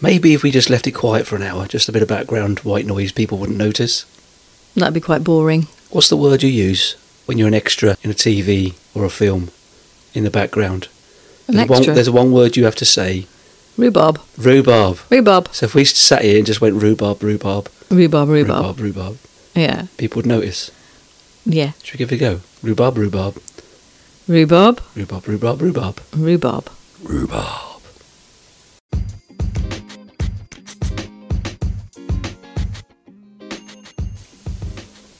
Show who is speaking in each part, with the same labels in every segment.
Speaker 1: Maybe if we just left it quiet for an hour, just a bit of background white noise, people wouldn't notice.
Speaker 2: That'd be quite boring.
Speaker 1: What's the word you use when you're an extra in a TV or a film in the background?
Speaker 2: An
Speaker 1: there's,
Speaker 2: extra.
Speaker 1: One, there's one word you have to say
Speaker 2: Rhubarb.
Speaker 1: rhubarb.
Speaker 2: Rhubarb.
Speaker 1: So if we sat here and just went rhubarb, rhubarb,
Speaker 2: Rhubarb, rhubarb.
Speaker 1: rhubarb, rhubarb,
Speaker 2: Yeah.
Speaker 1: people would notice.
Speaker 2: Yeah.
Speaker 1: Should we give it a go? Rhubarb, rhubarb,
Speaker 2: Rhubarb.
Speaker 1: rhubarb, rhubarb, rhubarb,
Speaker 2: Rhubarb.
Speaker 1: rhubarb.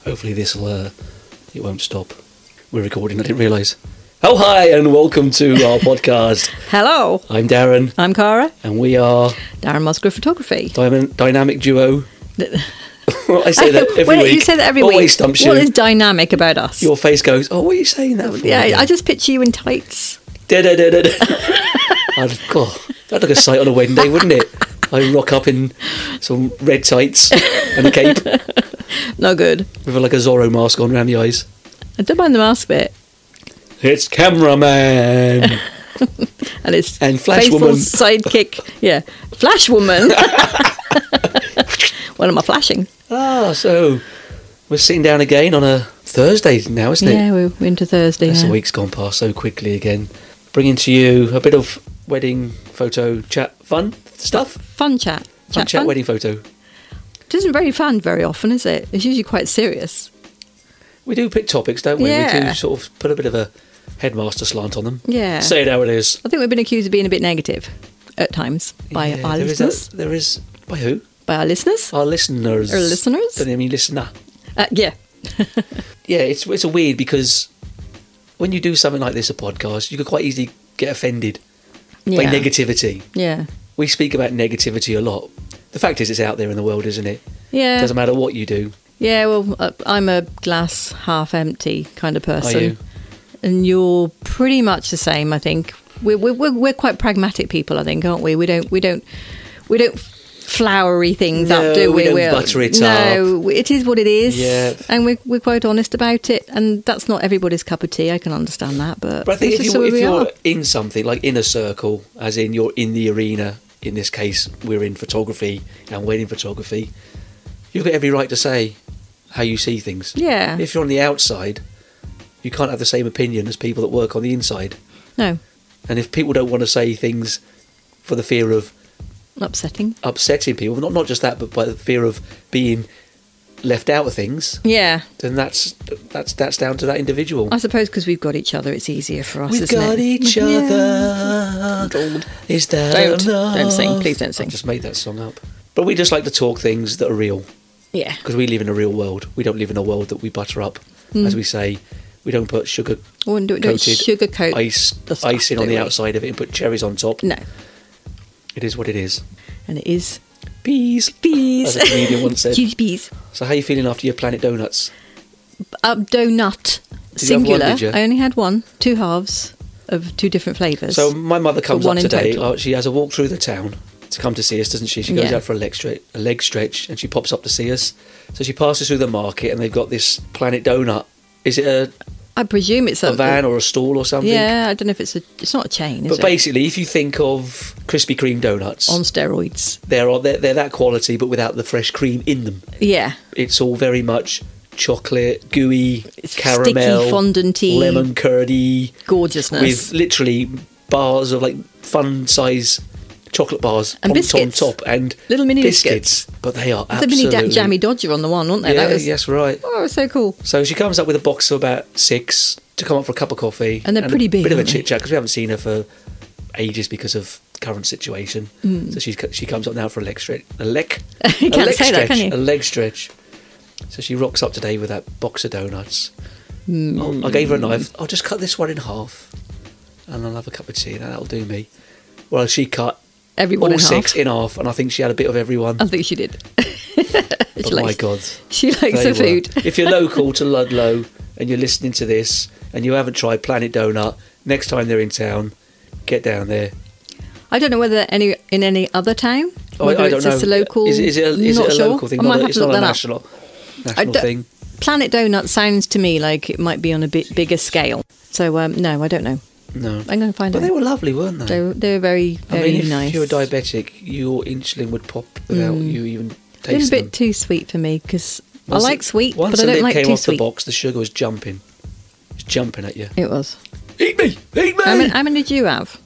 Speaker 1: Hopefully this will, uh, it won't stop. We're recording, I didn't realise. Oh, hi, and welcome to our podcast.
Speaker 2: Hello.
Speaker 1: I'm Darren,
Speaker 2: I'm Cara.
Speaker 1: and we are
Speaker 2: Darren Musgrove Photography.
Speaker 1: Dynam- Dynamic Duo. I say that every
Speaker 2: Well,
Speaker 1: week.
Speaker 2: You say that every
Speaker 1: Always
Speaker 2: week.
Speaker 1: stumps you.
Speaker 2: What is dynamic about us?
Speaker 1: Your face goes, oh, what are you saying that for?
Speaker 2: yeah,
Speaker 1: again?"
Speaker 2: I just picture you in tights.
Speaker 1: Da, da, da, da, da. I'd, God, that'd look a sight on a wedding day, wouldn't it? I rock up in some red tights and a cape with
Speaker 2: No good.
Speaker 1: like a Zorro mask on around the eyes.
Speaker 2: I don't mind the mask bit.
Speaker 1: It's cameraman
Speaker 2: And it's
Speaker 1: And Flash
Speaker 2: faithful
Speaker 1: Woman.
Speaker 2: sidekick. Yeah. Flash Woman. what am I flashing?
Speaker 1: ah, so we're sitting down again on a Thursday now, isn't it?
Speaker 2: Yeah, we're we're into Thursday
Speaker 1: As the
Speaker 2: now.
Speaker 1: week's gone past so quickly again, bringing to you a bit of wedding photo chat fun stuff.
Speaker 2: Fun chat. Chat
Speaker 1: Fun chat
Speaker 2: fun.
Speaker 1: wedding photo.
Speaker 2: It isn't very fun very often, is it? It's usually quite serious.
Speaker 1: We do pick topics, don't we? We
Speaker 2: Yeah.
Speaker 1: do sort of put a bit of a headmaster slant on them.
Speaker 2: Yeah.
Speaker 1: Say it how it is.
Speaker 2: I think we've been accused of being a bit negative at times by
Speaker 1: Yeah,
Speaker 2: our
Speaker 1: there is that-
Speaker 2: listeners.
Speaker 1: there is by who?
Speaker 2: By our listeners.
Speaker 1: Our listeners.
Speaker 2: Our listeners?
Speaker 1: Don't they mean listener?
Speaker 2: Uh, yeah.
Speaker 1: Yeah, it's it's a weird because when you do something like this, a podcast, you could quite easily get offended by
Speaker 2: Yeah.
Speaker 1: negativity.
Speaker 2: Yeah.
Speaker 1: We speak about negativity a lot. The fact is, it's out there in the world, isn't it?
Speaker 2: Yeah.
Speaker 1: Doesn't matter what you do.
Speaker 2: Yeah, well, uh, I'm a glass half empty kind of person.
Speaker 1: you?
Speaker 2: And you're pretty much the same, I think. We're, we're, we're, we're quite pragmatic people, I think, aren't we? We don't we don't we don't flowery things
Speaker 1: No,
Speaker 2: up, do
Speaker 1: we
Speaker 2: we?
Speaker 1: don't
Speaker 2: We're-
Speaker 1: butter it
Speaker 2: no, it is what it is,
Speaker 1: Yeah.
Speaker 2: and we're, we're quite honest about it. And that's not everybody's cup of tea. I can understand that, but,
Speaker 1: But I think
Speaker 2: it's
Speaker 1: if,
Speaker 2: just
Speaker 1: you,
Speaker 2: the way
Speaker 1: if
Speaker 2: we
Speaker 1: you're
Speaker 2: are.
Speaker 1: in something like in a circle, as in you're in the arena, in this case, we're in photography and wedding photography, you've got every right to say how you see things.
Speaker 2: Yeah.
Speaker 1: If you're on the outside, you can't have the same opinion as people that work on the inside.
Speaker 2: no
Speaker 1: And if people don't want to say things for the fear of
Speaker 2: upsetting.
Speaker 1: upsetting people, not, not just that, but by the fear of being left out of things,
Speaker 2: Yeah,
Speaker 1: then that's that's that's down to that individual.
Speaker 2: I suppose because we've got each other, it's easier for us.
Speaker 1: We've
Speaker 2: isn't
Speaker 1: got
Speaker 2: it?
Speaker 1: each
Speaker 2: Yeah.
Speaker 1: other. Is that
Speaker 2: Don't.
Speaker 1: enough?
Speaker 2: Don't sing. Please don't sing.
Speaker 1: I just made that song up. But we just like to talk things that are real
Speaker 2: Yeah,
Speaker 1: because we live in a real world. We don't live in a world that we butter up, as we say. We don't put sugar
Speaker 2: wouldn't do it. Hmm. Don't
Speaker 1: coated
Speaker 2: sugarcoat
Speaker 1: ice
Speaker 2: the stuff,
Speaker 1: icing on
Speaker 2: do
Speaker 1: the
Speaker 2: we?
Speaker 1: outside of it and put cherries on top.
Speaker 2: no,
Speaker 1: It is what it is.
Speaker 2: and it is
Speaker 1: Bees.
Speaker 2: bees.
Speaker 1: As a comedian once said.
Speaker 2: Huge bees.
Speaker 1: So how you feeling after your Planet Donuts?
Speaker 2: Uh, donut
Speaker 1: you have one,
Speaker 2: singular.
Speaker 1: did you?
Speaker 2: I only had one, two halves of two different flavours.
Speaker 1: So my mother comes
Speaker 2: one
Speaker 1: up
Speaker 2: in
Speaker 1: today.
Speaker 2: total.
Speaker 1: uh, She has a walk through the town to come to see us, doesn't she? She goes
Speaker 2: Yeah.
Speaker 1: out for a leg stretch, a leg stretch, and she pops up to see us. So she passes through the market, and they've got this Planet Donut. Is it a,
Speaker 2: I presume it's
Speaker 1: a
Speaker 2: something.
Speaker 1: van or a stall or something?
Speaker 2: yeah, I don't know if it's a. It's not a chain, is
Speaker 1: But
Speaker 2: it?
Speaker 1: basically, if you think of Krispy Kreme donuts,
Speaker 2: on steroids.
Speaker 1: they're, all- they're they're that quality, but without the fresh cream in them.
Speaker 2: Yeah,
Speaker 1: It's all very much chocolate, gooey,
Speaker 2: It's
Speaker 1: caramel,
Speaker 2: sticky, fondanty.
Speaker 1: lemon curdy,
Speaker 2: gorgeousness.
Speaker 1: with literally bars of like fun size chocolate bars
Speaker 2: And
Speaker 1: on,
Speaker 2: biscuits.
Speaker 1: on top and
Speaker 2: Little mini
Speaker 1: biscuits. But they are
Speaker 2: the mini
Speaker 1: absolutely
Speaker 2: da- jammy dodger on the one, aren't they?
Speaker 1: Yeah,
Speaker 2: that was,
Speaker 1: yes, right.
Speaker 2: Oh, it was so cool.
Speaker 1: So she comes up with a box of about six to come up for a cup of coffee,
Speaker 2: And they're pretty
Speaker 1: a
Speaker 2: big,
Speaker 1: Bit of a
Speaker 2: aren't they?
Speaker 1: chit chat because we haven't seen her for ages because of current situation. So she's co- she comes up now for a leg stretch, a leg,
Speaker 2: Mm. You
Speaker 1: a
Speaker 2: can't
Speaker 1: leg
Speaker 2: say that,
Speaker 1: stretch,
Speaker 2: can you?
Speaker 1: A leg stretch. So she rocks up today with that box of donuts.
Speaker 2: Mm.
Speaker 1: Oh, I gave her a knife. I'll just cut this one in half, and I'll have a cup of tea. Now that'll do me. Well, she cut
Speaker 2: Everyone
Speaker 1: all
Speaker 2: in
Speaker 1: six
Speaker 2: half. Oh,
Speaker 1: in half, and I think she had a bit of everyone.
Speaker 2: I think she did. she
Speaker 1: oh my
Speaker 2: likes,
Speaker 1: god!
Speaker 2: She
Speaker 1: They
Speaker 2: likes her
Speaker 1: were.
Speaker 2: food.
Speaker 1: if you're local to Ludlow and you're listening to this and you haven't tried Planet Donut, next time they're in town, get down there.
Speaker 2: I don't know whether any in any other town.
Speaker 1: Oh,
Speaker 2: whether
Speaker 1: I, I don't
Speaker 2: it's
Speaker 1: know.
Speaker 2: just a local.
Speaker 1: Is, it- is it a, is
Speaker 2: not
Speaker 1: it a
Speaker 2: sure.
Speaker 1: local thing?
Speaker 2: I might
Speaker 1: not a,
Speaker 2: have
Speaker 1: it's
Speaker 2: to look
Speaker 1: not a
Speaker 2: that up.
Speaker 1: national national
Speaker 2: don't-
Speaker 1: thing.
Speaker 2: Planet Donut sounds to me like it might be on a bit bigger scale. So um, no, I don't know.
Speaker 1: No.
Speaker 2: I'm going to find
Speaker 1: But they
Speaker 2: out.
Speaker 1: were lovely, weren't
Speaker 2: They
Speaker 1: they?
Speaker 2: were, they were very,
Speaker 1: I
Speaker 2: very
Speaker 1: mean, if
Speaker 2: nice. Mm.
Speaker 1: you were diabetic, your insulin would pop without you even
Speaker 2: a little
Speaker 1: tasting
Speaker 2: bit
Speaker 1: them.
Speaker 2: too sweet for me because I
Speaker 1: Once
Speaker 2: like
Speaker 1: it-
Speaker 2: sweet,
Speaker 1: once
Speaker 2: but I
Speaker 1: the lid
Speaker 2: don't like
Speaker 1: came
Speaker 2: too
Speaker 1: off
Speaker 2: sweet.
Speaker 1: the box, the sugar was jumping. It's jumping at you.
Speaker 2: It was.
Speaker 1: Eat me! Eat me!
Speaker 2: How many, how many did you have?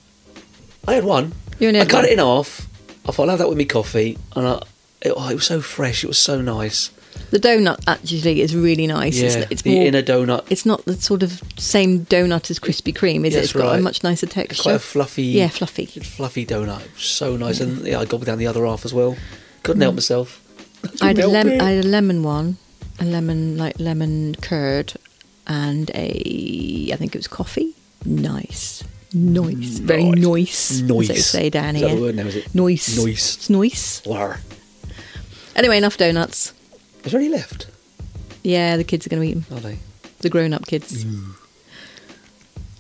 Speaker 1: I had one.
Speaker 2: You only
Speaker 1: I
Speaker 2: had
Speaker 1: cut
Speaker 2: one.
Speaker 1: it in half. I thought I'll have that with my coffee, and I, it, oh, it was so fresh. It was so nice.
Speaker 2: The donut actually is really nice.
Speaker 1: yeah,
Speaker 2: It's, it's
Speaker 1: the
Speaker 2: more.
Speaker 1: inner donut.
Speaker 2: it's not the sort of same donut as Krispy Kreme, is it?
Speaker 1: That's
Speaker 2: It's got
Speaker 1: right.
Speaker 2: a much nicer
Speaker 1: It's
Speaker 2: texture.
Speaker 1: quite a fluffy,
Speaker 2: yeah, fluffy.
Speaker 1: fluffy donut. It was so nice, and yeah, I gobbled down the other half as well. Couldn't help myself.
Speaker 2: Mm. I had, a
Speaker 1: Couldn't help
Speaker 2: lem-
Speaker 1: it.
Speaker 2: I had a lemon one, a lemon like lemon curd, and a I think it was coffee. Nice, nice, very nice.
Speaker 1: Nice.
Speaker 2: As they say down
Speaker 1: Is that
Speaker 2: here.
Speaker 1: the word now? Is it?
Speaker 2: Nice.
Speaker 1: Nice.
Speaker 2: It's nice.
Speaker 1: War.
Speaker 2: Anyway, enough donuts.
Speaker 1: Is there any left?
Speaker 2: Yeah, the kids are going to eat them.
Speaker 1: Are they?
Speaker 2: The grown-up kids.
Speaker 1: Mm.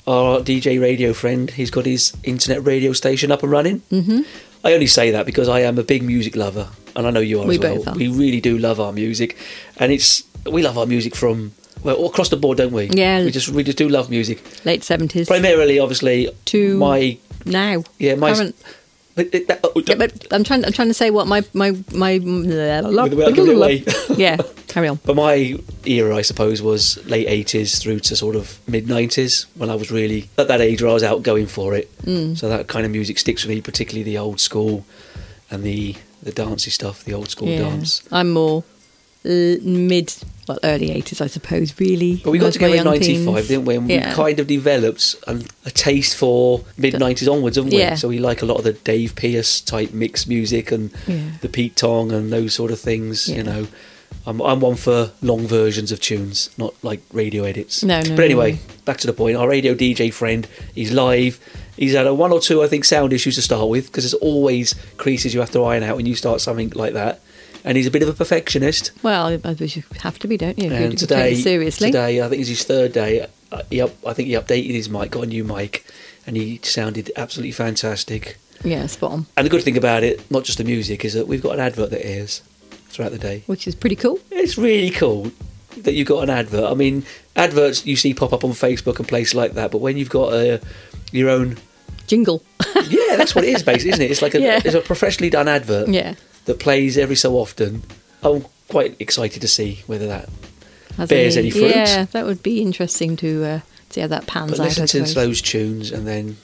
Speaker 1: Our DJ radio friend, he's got his internet radio station up and running. Mm-hmm. I only say that because I am a big music lover, and I know you are
Speaker 2: We
Speaker 1: as well.
Speaker 2: both are.
Speaker 1: We really do love our music, and it's we love our music from well all across the board, don't we?
Speaker 2: Yeah.
Speaker 1: we just we just do love music.
Speaker 2: Late seventies.
Speaker 1: Primarily, obviously,
Speaker 2: To-
Speaker 1: my
Speaker 2: Now.
Speaker 1: yeah my.
Speaker 2: Current.
Speaker 1: But it- that- oh,
Speaker 2: Yeah, but I'm trying. I'm trying to say what my my my.
Speaker 1: without giving it away.
Speaker 2: yeah, carry on.
Speaker 1: But my era, I suppose, was late eighties through to sort of mid nineties when I was really at that age where I was out going for it. Mm. So that kind of music sticks with me, particularly the old school and the the dancey stuff, the old school
Speaker 2: Yeah.
Speaker 1: dance.
Speaker 2: I'm more l- mid, well, early 80s, I suppose, really.
Speaker 1: But we got
Speaker 2: Most of my
Speaker 1: together in
Speaker 2: young
Speaker 1: ninety five,
Speaker 2: teens.
Speaker 1: didn't we? And
Speaker 2: yeah.
Speaker 1: we kind of developed an, a taste for mid nineties onwards, haven't we?
Speaker 2: Yeah.
Speaker 1: So we like a lot of the Dave Pierce type mixed music and
Speaker 2: Yeah.
Speaker 1: the Pete Tong and those sort of things,
Speaker 2: Yeah.
Speaker 1: you know. I'm, I'm one for long versions of tunes, not like radio edits.
Speaker 2: No, no,
Speaker 1: But anyway,
Speaker 2: no.
Speaker 1: back to the point. Our radio DJ friend, he's live. He's had a one or two, I think, sound issues to start with because there's always creases you have to iron out when you start something like that. And he's a bit of a perfectionist.
Speaker 2: Well, I I suppose you have to be, don't you? if you
Speaker 1: And
Speaker 2: take
Speaker 1: today,
Speaker 2: it seriously.
Speaker 1: today I think it's his third day. Uh, he up, I think he updated his mic, got a new mic, and he sounded absolutely fantastic.
Speaker 2: Yeah, spot on.
Speaker 1: And the good thing about it, not just the music, is that we've got an advert that airs throughout the day.
Speaker 2: Which is pretty cool.
Speaker 1: It's really cool that you've got an advert. I mean, adverts you see pop up on Facebook and places like that, but when you've got a, your own,
Speaker 2: Jingle.
Speaker 1: yeah, that's what it is, basically, isn't it? It's like a,
Speaker 2: Yeah.
Speaker 1: it's a professionally done advert
Speaker 2: yeah.
Speaker 1: that plays every so often. I'm quite excited to see whether that
Speaker 2: Has
Speaker 1: Bears any fruit?
Speaker 2: Yeah, that would be interesting to uh, see how that pans
Speaker 1: But
Speaker 2: out. I
Speaker 1: listen to
Speaker 2: suppose.
Speaker 1: those tunes, and then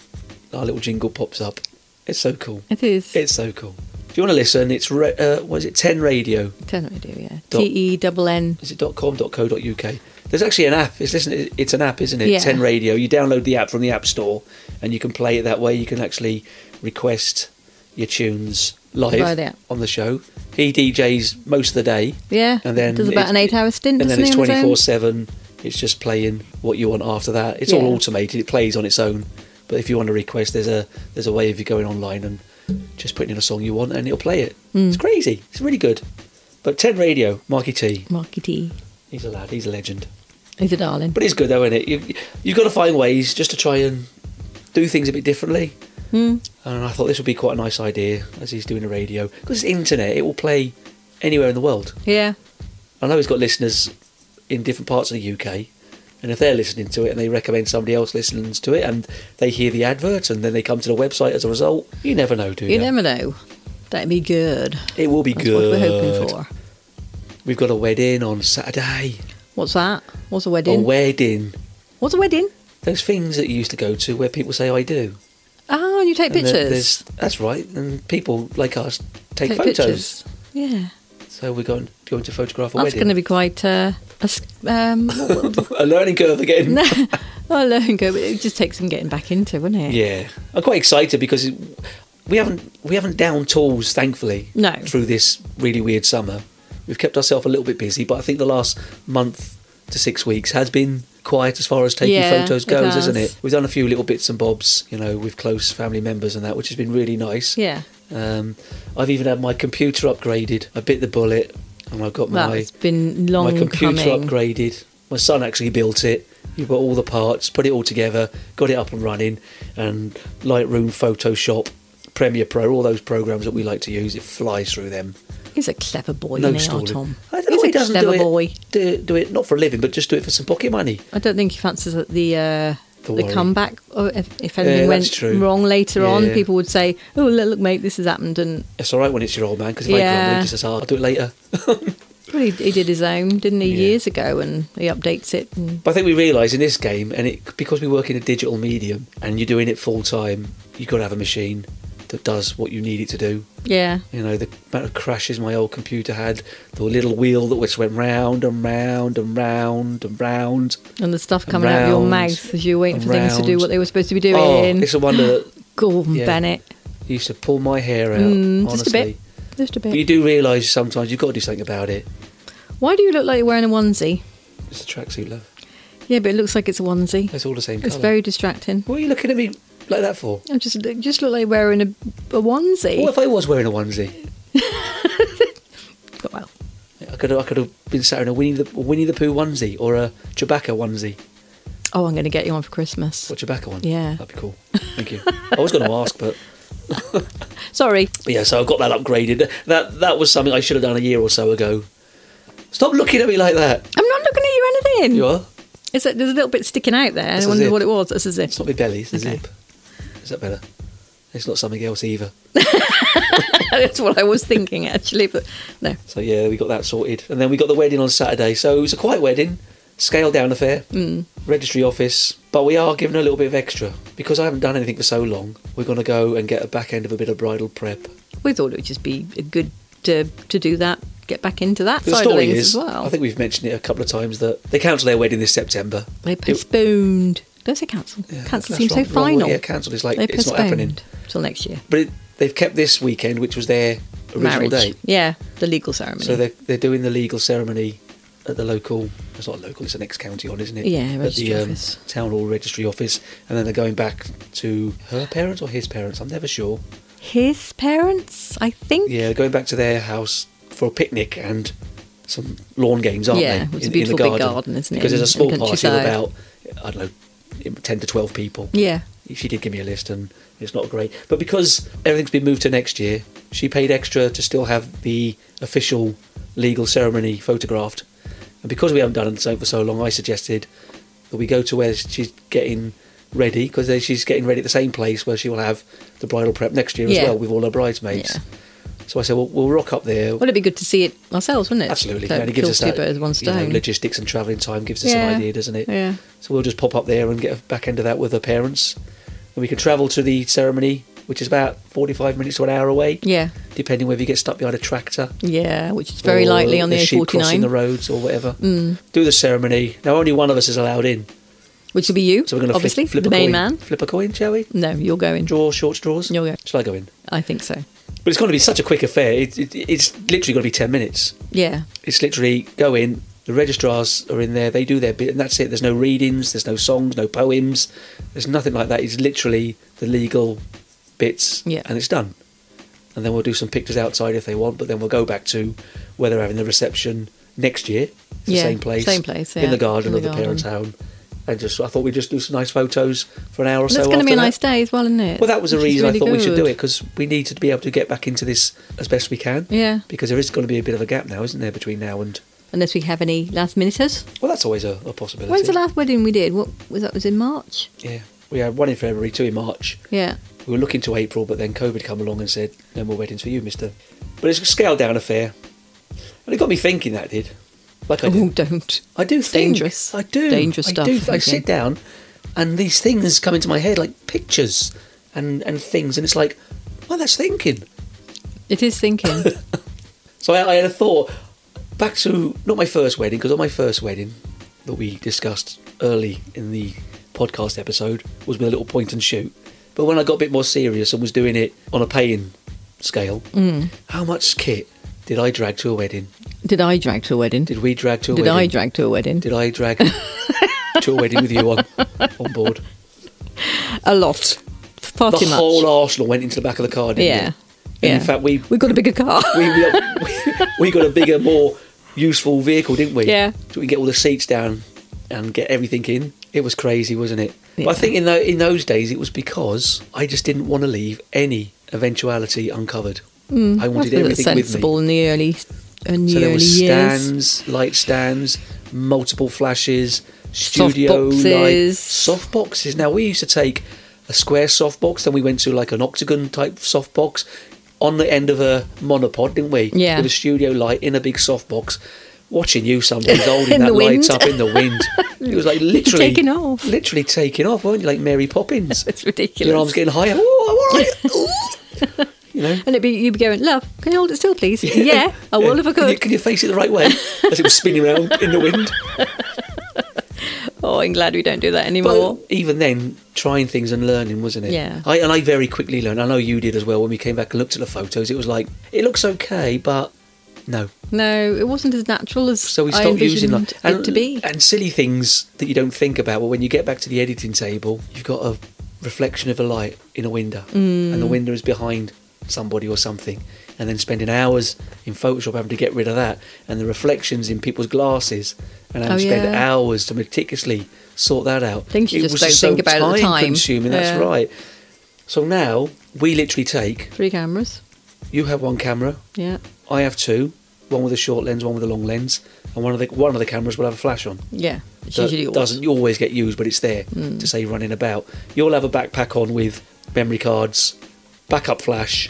Speaker 1: our little jingle pops up. It's so cool.
Speaker 2: It is.
Speaker 1: It's so cool. If you want to listen, it's re- uh, what is it? Ten Radio.
Speaker 2: Turn it radio, yeah.
Speaker 1: Dot-
Speaker 2: T E double N.
Speaker 1: Is it .com.co.uk? There's actually an app. It's listen. It's an app, isn't it?
Speaker 2: Yeah.
Speaker 1: Ten Radio. You download the app from the app store, and you can play it that way. You can actually request your tunes
Speaker 2: Via
Speaker 1: live
Speaker 2: the app.
Speaker 1: on the show. He DJs most of the day,
Speaker 2: Yeah.
Speaker 1: and then
Speaker 2: does
Speaker 1: it's-
Speaker 2: about an eight hour stint.
Speaker 1: and then
Speaker 2: doesn't
Speaker 1: it's
Speaker 2: he, on his
Speaker 1: twenty
Speaker 2: own?
Speaker 1: four seven. It's just playing what you want after that. It's all
Speaker 2: Yeah.
Speaker 1: automated. It plays on its own. But if you want to request, there's a there's a way of you going online and just putting in a song you want, and it'll play it.
Speaker 2: Hmm.
Speaker 1: It's crazy. It's really good. But Ten Radio, Marky T,
Speaker 2: Marky T.
Speaker 1: he's a lad. He's a legend.
Speaker 2: He's a darling.
Speaker 1: But it's good though, isn't it? You, you've got to find ways just to try and do things a bit differently.
Speaker 2: Mm.
Speaker 1: And I thought this would be quite a nice idea as he's doing the radio because it's internet. It will play anywhere in the world.
Speaker 2: Yeah.
Speaker 1: I know he's got listeners in different parts of the UK, and if they're listening to it and they recommend somebody else listens to it and they hear the advert and then they come to the website as a result, you never know, do you?
Speaker 2: You never know. That'd be good.
Speaker 1: It will be
Speaker 2: That's
Speaker 1: good.
Speaker 2: what we're hoping for.
Speaker 1: We've got a wedding on Saturday.
Speaker 2: What's that? What's a
Speaker 1: A
Speaker 2: wedding?
Speaker 1: wedding.
Speaker 2: What's a wedding?
Speaker 1: Those things that you used to go to where people say, I do.
Speaker 2: Oh, and you take
Speaker 1: And there-
Speaker 2: pictures.
Speaker 1: there's- That's right. And people like us take,
Speaker 2: take
Speaker 1: photos.
Speaker 2: pictures. Yeah,
Speaker 1: So we're going, going to photograph a
Speaker 2: that's going
Speaker 1: wedding.
Speaker 2: to be quite uh, a s- um,
Speaker 1: a learning curve again.
Speaker 2: no, a learning curve. but It just takes some getting back into, wouldn't it?
Speaker 1: Yeah, I'm quite excited because it- we haven't we haven't down tools, thankfully.
Speaker 2: No.
Speaker 1: Through this really weird summer, we've kept ourselves a little bit busy, but I think the last month to six weeks has been quiet as far as taking
Speaker 2: Yeah,
Speaker 1: photos
Speaker 2: it
Speaker 1: goes, hasn't
Speaker 2: has.
Speaker 1: it? We've done a few little bits and bobs, you know, with close family members and that, which has been really nice.
Speaker 2: Yeah.
Speaker 1: Um, I've even had my computer upgraded. I bit the bullet, and I've got
Speaker 2: Well,
Speaker 1: my
Speaker 2: it's been long
Speaker 1: my computer
Speaker 2: coming.
Speaker 1: upgraded. My son actually built it. He bought all the parts, put it all together, got it up and running, and Lightroom, Photoshop, Premiere Pro, all those programs that we like to use, it flies through them.
Speaker 2: He's a clever boy,
Speaker 1: No
Speaker 2: now,
Speaker 1: stalling.
Speaker 2: oh, Tom.
Speaker 1: I don't know
Speaker 2: He's
Speaker 1: why he
Speaker 2: a
Speaker 1: doesn't
Speaker 2: clever
Speaker 1: do it,
Speaker 2: boy.
Speaker 1: Do, do it not for a living, but just do it for some pocket money.
Speaker 2: I don't think he fancies the uh,
Speaker 1: The
Speaker 2: the
Speaker 1: worry.
Speaker 2: comeback. Or if, if
Speaker 1: Yeah, that's
Speaker 2: anything went
Speaker 1: true.
Speaker 2: wrong later on,
Speaker 1: Yeah.
Speaker 2: people would say, "Oh, look, look, mate, this has happened," and
Speaker 1: It's all right when it's your old man because if I
Speaker 2: Yeah.
Speaker 1: grumble, he just says, "Ah, "I'll do it later."
Speaker 2: well, he, he did his own, didn't he,
Speaker 1: Yeah.
Speaker 2: years ago, and he updates it. And
Speaker 1: But I think we realise in this game, and it because we work in a digital medium and you're doing it full time, you've got to have a machine that does what you need it to do.
Speaker 2: yeah,
Speaker 1: You know, the amount of crashes my old computer had, the little wheel that just went round and round and round and round.
Speaker 2: and the stuff
Speaker 1: And
Speaker 2: coming out of your
Speaker 1: round,
Speaker 2: mouth as you're waiting
Speaker 1: and
Speaker 2: for things to do
Speaker 1: round.
Speaker 2: what they were supposed to be
Speaker 1: Oh,
Speaker 2: doing.
Speaker 1: it's a wonder that
Speaker 2: Gordon
Speaker 1: yeah.
Speaker 2: Bennett,
Speaker 1: used to pull my hair out,
Speaker 2: Mm,
Speaker 1: honestly.
Speaker 2: just a bit. just a
Speaker 1: But you
Speaker 2: bit.
Speaker 1: do realise sometimes you've got to do something about it.
Speaker 2: Why do you look like you're wearing a onesie?
Speaker 1: It's a tracksuit, love.
Speaker 2: Yeah, but it looks like it's a onesie.
Speaker 1: It's all the same
Speaker 2: It's
Speaker 1: colour.
Speaker 2: very distracting.
Speaker 1: What are you looking at me like that for?
Speaker 2: I just you just look like you're wearing a, a onesie.
Speaker 1: What if I was wearing a onesie?
Speaker 2: well,
Speaker 1: I could have, I could have been sat in a Winnie the a Winnie the Pooh onesie or a Chewbacca onesie.
Speaker 2: oh, I'm going to get you one for Christmas.
Speaker 1: What Chewbacca one?
Speaker 2: Yeah.
Speaker 1: that'd be cool. Thank you. I was going to ask, but
Speaker 2: Sorry.
Speaker 1: but yeah, so I've got that upgraded. That that was something I should have done a year or so ago. Stop looking at me like that.
Speaker 2: I'm not looking at you anything.
Speaker 1: You are.
Speaker 2: It's a, there's a little bit sticking out there.
Speaker 1: That's
Speaker 2: I
Speaker 1: a
Speaker 2: wondered
Speaker 1: zip.
Speaker 2: what it was. This is
Speaker 1: It's
Speaker 2: it.
Speaker 1: not my belly. It's the
Speaker 2: Okay.
Speaker 1: zip. Is that better? It's not something else either.
Speaker 2: That's what I was thinking actually, but no.
Speaker 1: So yeah, we got that sorted, and then we got the wedding on Saturday. So it was a quiet wedding, scaled down affair,
Speaker 2: Hmm.
Speaker 1: mm. registry office, but we are giving a little bit of extra because I haven't done anything for so long. We're going to go and get a back end of a bit of bridal prep.
Speaker 2: We thought it would just be a good to to do that, get back into that
Speaker 1: The
Speaker 2: side of
Speaker 1: story
Speaker 2: things
Speaker 1: is,
Speaker 2: as well.
Speaker 1: I think we've mentioned it a couple of times that they cancelled their wedding this September.
Speaker 2: they postponed. Don't say cancel.
Speaker 1: Yeah,
Speaker 2: cancel
Speaker 1: that's
Speaker 2: seems
Speaker 1: wrong-
Speaker 2: so
Speaker 1: wrong word.
Speaker 2: final.
Speaker 1: Yeah, cancelled is like
Speaker 2: they
Speaker 1: it's not happening.
Speaker 2: postponed till next year.
Speaker 1: But it, they've kept this weekend, which was their original
Speaker 2: Marriage.
Speaker 1: date.
Speaker 2: Yeah, the legal ceremony.
Speaker 1: So they're, they're doing the legal ceremony at the local, it's not local, it's an ex county on, isn't it?
Speaker 2: Yeah,
Speaker 1: at
Speaker 2: registry
Speaker 1: the, um,
Speaker 2: office.
Speaker 1: Town hall registry office. And then they're going back to her parents or his parents, I'm never sure.
Speaker 2: His parents, I think.
Speaker 1: Yeah, going back to their house for a picnic and some lawn games, aren't
Speaker 2: Yeah,
Speaker 1: they?
Speaker 2: it's a beautiful big garden, isn't it,
Speaker 1: Because
Speaker 2: in-
Speaker 1: there's a small
Speaker 2: in the
Speaker 1: party of about,
Speaker 2: countryside.
Speaker 1: I don't know, 10 to 12 people.
Speaker 2: Yeah.
Speaker 1: She did give me a list and it's not great. But because everything's been moved to next year, she paid extra to still have the official legal ceremony photographed. And because we haven't done something for so long, I suggested that we go to where she's getting ready because she's getting ready at the same place where she will have the bridal prep next year as
Speaker 2: Yeah.
Speaker 1: well with all her bridesmaids.
Speaker 2: Yeah.
Speaker 1: So I said, well, we'll rock up there.
Speaker 2: Well, it'd be good to see it ourselves, wouldn't it?
Speaker 1: Absolutely.
Speaker 2: So
Speaker 1: and it gives
Speaker 2: kills
Speaker 1: us
Speaker 2: two
Speaker 1: that,
Speaker 2: birds with one
Speaker 1: you know,
Speaker 2: stone.
Speaker 1: logistics and travelling time gives us
Speaker 2: Yeah.
Speaker 1: an idea, doesn't it?
Speaker 2: Yeah.
Speaker 1: So we'll just pop up there and get a back end of that with her parents. And we can travel to the ceremony, which is about 45 minutes to an hour away,
Speaker 2: yeah,
Speaker 1: depending whether you get stuck behind a tractor.
Speaker 2: yeah, which is very
Speaker 1: or
Speaker 2: likely on the Mm.
Speaker 1: sheep crossing the
Speaker 2: A49,
Speaker 1: roads or whatever. Do the ceremony. Now, only one of us is allowed in.
Speaker 2: which will be you,
Speaker 1: So we're going to
Speaker 2: obviously,
Speaker 1: flip, flip
Speaker 2: the
Speaker 1: a
Speaker 2: main
Speaker 1: coin.
Speaker 2: man.
Speaker 1: Flip a coin, shall we?
Speaker 2: No, you're going.
Speaker 1: Draw short straws?
Speaker 2: You'll go.
Speaker 1: Shall I go in?
Speaker 2: I think so.
Speaker 1: But it's going to be such a quick affair. It, it, it's literally going to be 10 minutes.
Speaker 2: Yeah,
Speaker 1: It's literally go in. The registrars are in there. They do their bit, and that's it. There's no readings. There's no songs. No poems. There's nothing like that. It's literally the legal bits,
Speaker 2: Yeah.
Speaker 1: and it's done. And then we'll do some pictures outside if they want, but then we'll go back to where they're having the reception next year. It's the
Speaker 2: Yeah,
Speaker 1: same place,
Speaker 2: same place,
Speaker 1: in
Speaker 2: yeah,
Speaker 1: the garden
Speaker 2: in the
Speaker 1: of the parents' home. And just, I thought we'd just do some nice photos for an hour or
Speaker 2: and
Speaker 1: so.
Speaker 2: it's going to be
Speaker 1: after
Speaker 2: a
Speaker 1: that.
Speaker 2: nice day as well, isn't it?
Speaker 1: Well, that was a
Speaker 2: Which is
Speaker 1: reason I
Speaker 2: really
Speaker 1: thought we should do
Speaker 2: good.
Speaker 1: it because we need to be able to get back into this as best we can.
Speaker 2: Yeah,
Speaker 1: Because there is going to be a bit of a gap now, isn't there, between now and
Speaker 2: unless we have any last minuters.
Speaker 1: well, that's always a, a possibility.
Speaker 2: When's the last wedding we did? What was that? Was in March?
Speaker 1: Yeah, we had one in February, two in March.
Speaker 2: Yeah,
Speaker 1: We were looking to April, but then COVID come along and said, "No more weddings for you, Mister." But it's a scaled down affair, and it got me thinking. That did, like I
Speaker 2: oh,
Speaker 1: did.
Speaker 2: don't.
Speaker 1: I do think
Speaker 2: dangerous.
Speaker 1: I do
Speaker 2: Dangerous
Speaker 1: I
Speaker 2: stuff,
Speaker 1: Do, I
Speaker 2: thinking.
Speaker 1: sit down, and these things come into my head like pictures and and things, and it's like, well, that's thinking.
Speaker 2: It is thinking.
Speaker 1: So I, I had a thought back to not my first wedding because on my first wedding that we discussed early in the podcast episode was with a little point and shoot. But when I got a bit more serious and was doing it on a paying scale,
Speaker 2: Mm.
Speaker 1: how much kit did I drag to a wedding?
Speaker 2: did I drag to a wedding?
Speaker 1: Did we drag to a
Speaker 2: Did
Speaker 1: wedding?
Speaker 2: I drag to a wedding?
Speaker 1: Did I drag to a wedding with you on on board?
Speaker 2: a lot. Far
Speaker 1: The
Speaker 2: too much.
Speaker 1: whole arsenal went into the back of the car, didn't
Speaker 2: yeah.
Speaker 1: it?
Speaker 2: yeah.
Speaker 1: And in fact, we
Speaker 2: we got a bigger car.
Speaker 1: we, we, we got a bigger, more useful vehicle, didn't we?
Speaker 2: Yeah.
Speaker 1: So we can get all the seats down and get everything in. It was crazy, wasn't it? But I
Speaker 2: Yeah.
Speaker 1: think in, tho- in those days it was because I just didn't want to leave any eventuality uncovered. I wanted
Speaker 2: Nothing Mm. that's
Speaker 1: everything with me.
Speaker 2: sensible in the early, in the
Speaker 1: So there
Speaker 2: early
Speaker 1: was
Speaker 2: years.
Speaker 1: stands, light stands, multiple flashes, studio like
Speaker 2: boxes.
Speaker 1: soft boxes. Now we used to take a square soft box, then we went to like an octagon type soft box on the end of a monopod, didn't we?
Speaker 2: Yeah.
Speaker 1: With a studio light in a big soft box. Watching you sometimes holding
Speaker 2: In
Speaker 1: that
Speaker 2: the
Speaker 1: light
Speaker 2: wind.
Speaker 1: up in the wind. It was like literally
Speaker 2: Taking off.
Speaker 1: Literally taking off, weren't you? Like Mary Poppins.
Speaker 2: It's ridiculous.
Speaker 1: Your arms getting higher. Oh, all right. Ooh. you know.
Speaker 2: and it'd be you'd be going, love, can you hold it still, please? Yeah, I will if I
Speaker 1: Can you,
Speaker 2: could.
Speaker 1: can you face it the right way as it was spinning around in the wind?
Speaker 2: Oh, I'm glad we don't do that anymore.
Speaker 1: But even then, trying things and learning, wasn't it?
Speaker 2: Yeah.
Speaker 1: I, and I very quickly learned. I know you did as well. When we came back and looked at the photos, it was like it looks okay, but no.
Speaker 2: no, it wasn't as natural as
Speaker 1: So we
Speaker 2: I
Speaker 1: stopped using
Speaker 2: envisioned
Speaker 1: like and,
Speaker 2: it to be.
Speaker 1: and silly things that you don't think about. But when you get back to the editing table, you've got a reflection of a light in a window, and
Speaker 2: Mm.
Speaker 1: the window is behind somebody or something. And then spending hours in Photoshop having to get rid of that, and the reflections in people's glasses, and having to
Speaker 2: Oh,
Speaker 1: spend
Speaker 2: yeah.
Speaker 1: hours to meticulously sort that out.
Speaker 2: Things you
Speaker 1: it
Speaker 2: just
Speaker 1: was
Speaker 2: don't
Speaker 1: so
Speaker 2: think about at the time.
Speaker 1: Consuming, that's
Speaker 2: Yeah.
Speaker 1: right. So now we literally take.
Speaker 2: Three cameras.
Speaker 1: You have one camera,
Speaker 2: Yeah,
Speaker 1: I have two, one with a short lens, one with a long lens, and one of the one of the cameras will have a flash on.
Speaker 2: yeah. It's
Speaker 1: That
Speaker 2: usually yours. Hmm.
Speaker 1: doesn't always get used, but it's there to say running about. You'll have a backpack on with memory cards, backup flash,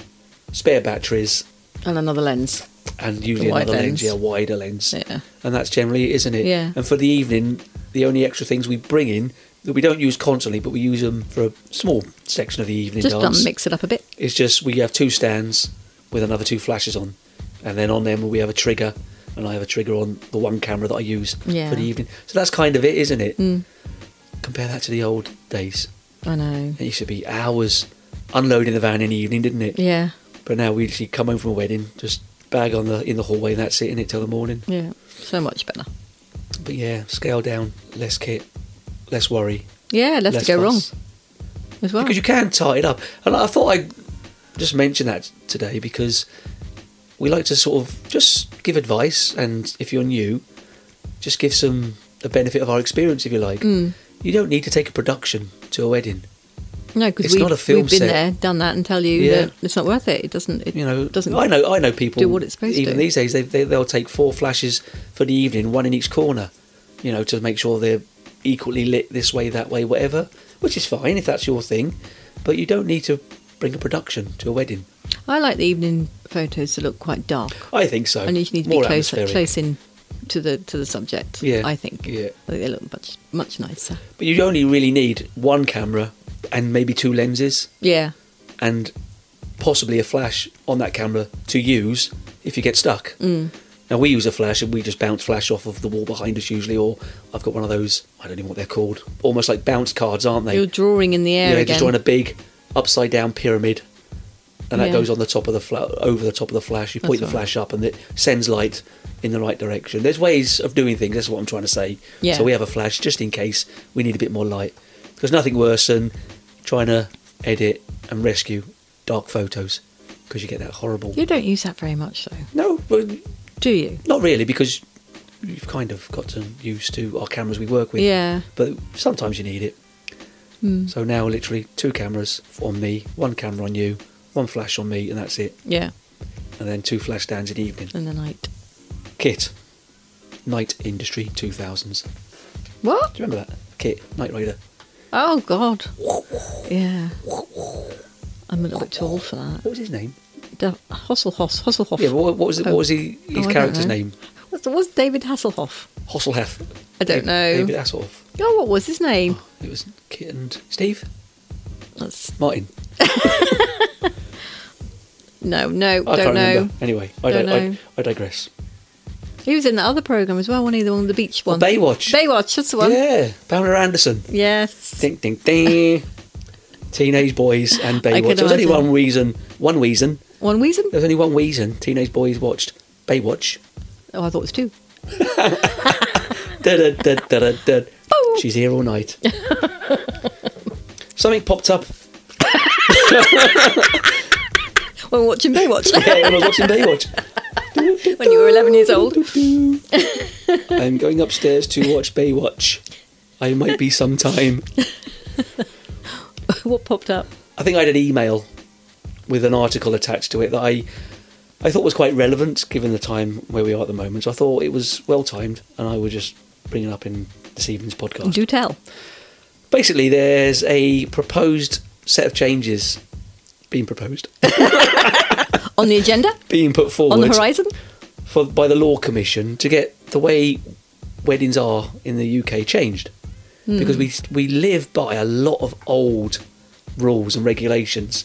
Speaker 1: spare batteries,
Speaker 2: and another lens.
Speaker 1: and usually
Speaker 2: The wide
Speaker 1: another lens.
Speaker 2: lens.
Speaker 1: yeah, wider lens.
Speaker 2: Yeah.
Speaker 1: And that's generally it, isn't it?
Speaker 2: Yeah.
Speaker 1: And for the evening, the only extra things we bring in that we don't use constantly, but we use them for a small section of the evening
Speaker 2: Just
Speaker 1: dance.
Speaker 2: done mix it up a bit.
Speaker 1: It's just we have two stands with another two flashes on, and then on them we have a trigger, and I have a trigger on the one camera that I use
Speaker 2: Yeah. Mm.
Speaker 1: for the evening. So that's kind of it, isn't it? Compare that to the old days.
Speaker 2: I know.
Speaker 1: It used to be hours unloading the van in the evening, didn't it?
Speaker 2: Yeah,
Speaker 1: But now we actually come home from a wedding, just bag on the in the hallway, and that's it, in it till the morning.
Speaker 2: yeah. So much better.
Speaker 1: But yeah, scale down, less kit, less worry,
Speaker 2: Yeah, less,
Speaker 1: less
Speaker 2: to go wrong
Speaker 1: fuss.
Speaker 2: as well.
Speaker 1: because you can tie it up. And I thought I'd just mention that today because we like to sort of just give advice, and if you're new, just give some the benefit of our experience, if you like.
Speaker 2: Hmm.
Speaker 1: You don't need to take a production to a wedding.
Speaker 2: no, because
Speaker 1: it's
Speaker 2: we,
Speaker 1: not a film
Speaker 2: we've been
Speaker 1: set.
Speaker 2: there, done that, and tell you
Speaker 1: Yeah.
Speaker 2: that it's not worth it. It doesn't. It
Speaker 1: You know,
Speaker 2: doesn't.
Speaker 1: I know, I know people
Speaker 2: do what it's supposed
Speaker 1: even
Speaker 2: to.
Speaker 1: these days. They, they they'll take four flashes for the evening, one in each corner, you know, to make sure they're equally lit this way, that way, whatever. Which is fine if that's your thing, but you don't need to bring a production to a wedding.
Speaker 2: I like the evening photos to look quite dark,
Speaker 1: I think so.
Speaker 2: and you need to
Speaker 1: Oh, More
Speaker 2: be close,
Speaker 1: atmospheric.
Speaker 2: close in to the to the subject.
Speaker 1: Yeah,
Speaker 2: I think.
Speaker 1: yeah.
Speaker 2: I think they look much much nicer.
Speaker 1: But you only really need one camera and maybe two lenses
Speaker 2: Yeah,
Speaker 1: and possibly a flash on that camera to use if you get stuck.
Speaker 2: Mm.
Speaker 1: Now we use a flash and we just bounce flash off of the wall behind us usually, or I've got one of those. I don't even know what they're called. Almost like bounce cards, aren't they?
Speaker 2: you're drawing in the air
Speaker 1: yeah,
Speaker 2: again.
Speaker 1: just drawing a big upside down pyramid, and that
Speaker 2: Yeah.
Speaker 1: goes on the top of the fla- over the top of the flash. You point
Speaker 2: That's
Speaker 1: the
Speaker 2: right.
Speaker 1: flash up, and it sends light in the right direction. There's ways of doing things. That's what I'm trying to say.
Speaker 2: Yeah.
Speaker 1: So we have a flash just in case we need a bit more light. There's nothing worse than trying to edit and rescue dark photos because you get that horrible.
Speaker 2: You don't use that very much, though,
Speaker 1: No, well,
Speaker 2: do you?
Speaker 1: not really, because you've kind of gotten used to our cameras we work with
Speaker 2: Yeah. Hmm.
Speaker 1: but sometimes you need it. So now, literally, two cameras on me, one camera on you, one flash on me, and that's it.
Speaker 2: Yeah,
Speaker 1: And then two flash stands in the evening.
Speaker 2: in the night.
Speaker 1: Kit, Night Industry 2000s. Do
Speaker 2: What?
Speaker 1: you remember that? Kit, Night Rider.
Speaker 2: Oh God. Yeah. I'm a little bit too old for that.
Speaker 1: What was his name?
Speaker 2: Da- Hasselhoff. Hasselhoff.
Speaker 1: Yeah, what, what was it, what was he,
Speaker 2: Oh, I
Speaker 1: his
Speaker 2: don't
Speaker 1: character's
Speaker 2: know.
Speaker 1: name?
Speaker 2: What was David Hasselhoff?
Speaker 1: Hasselhoff.
Speaker 2: I don't know.
Speaker 1: David Oh. Hasselhoff.
Speaker 2: Oh, what was his name?
Speaker 1: It was Kit and Steve
Speaker 2: That's
Speaker 1: Martin.
Speaker 2: no, no,
Speaker 1: I
Speaker 2: don't
Speaker 1: can't
Speaker 2: know.
Speaker 1: remember. Anyway, I,
Speaker 2: Don't
Speaker 1: di-
Speaker 2: know.
Speaker 1: I, I digress.
Speaker 2: He was in the other program as well, wasn't he? The one the beach one.
Speaker 1: Baywatch.
Speaker 2: Baywatch. That's the one.
Speaker 1: Yeah, Pamela Anderson.
Speaker 2: Yes.
Speaker 1: Ding ding ding. Teenage boys and
Speaker 2: I
Speaker 1: Baywatch.
Speaker 2: could
Speaker 1: There was only
Speaker 2: imagine.
Speaker 1: one reason. One reason.
Speaker 2: One reason?
Speaker 1: There was only one reason teenage boys watched Baywatch.
Speaker 2: Oh, I thought it was two.
Speaker 1: Da, da, da, da, da, da.
Speaker 2: Oh.
Speaker 1: She's here all night. Something popped up.
Speaker 2: When watching Baywatch
Speaker 1: Yeah, I was watching Baywatch.
Speaker 2: when you were 11 years old.
Speaker 1: I'm going upstairs to watch Baywatch. I might be sometime.
Speaker 2: what popped up?
Speaker 1: I think I had an email with an article attached to it that I I thought was quite relevant given the time where we are at the moment. So I thought it was well timed, and I would just bringing up in this evening's podcast.
Speaker 2: Do tell.
Speaker 1: Basically, there's a proposed set of changes being proposed,
Speaker 2: On the agenda?
Speaker 1: being put forward
Speaker 2: On the horizon?
Speaker 1: for by the law commission to get the way weddings are in the UK changed
Speaker 2: Hmm.
Speaker 1: because we we live by a lot of old rules and regulations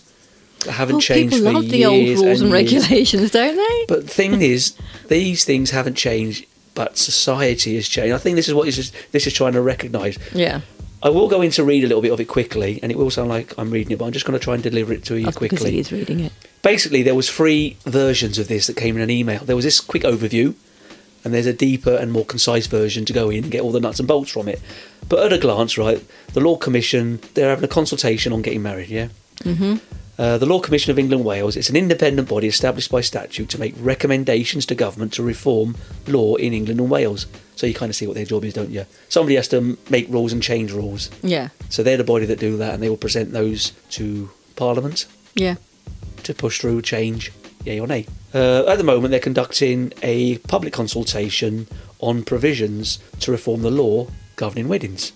Speaker 1: that haven't
Speaker 2: Oh,
Speaker 1: changed
Speaker 2: people
Speaker 1: for
Speaker 2: love the old
Speaker 1: years
Speaker 2: rules and,
Speaker 1: years.
Speaker 2: regulations, don't they?
Speaker 1: But the thing is, these things haven't changed, but society has changed. I think this is what this is, this is trying to recognise.
Speaker 2: yeah,
Speaker 1: I will go in to read a little bit of it quickly, and it will sound like I'm reading it, but I'm just going to try and deliver it to you
Speaker 2: that's because
Speaker 1: quickly
Speaker 2: he is reading it.
Speaker 1: basically there was three versions of this that came in an email there was this quick overview and there's a deeper and more concise version to go in and get all the nuts and bolts from it but at a glance right the law commission they're having a consultation on getting married yeah uh, the Law Commission of England and Wales is an independent body established by statute to make recommendations to government to reform law in England and Wales. So you kind of see what their job is, don't you? Somebody has to m- make rules and change rules.
Speaker 2: Yeah,
Speaker 1: So they're the body that do that and they will present those to Parliament
Speaker 2: yeah.
Speaker 1: to push through change, yay or nay. Uh, at the moment, they're conducting a public consultation on provisions to reform the law governing weddings.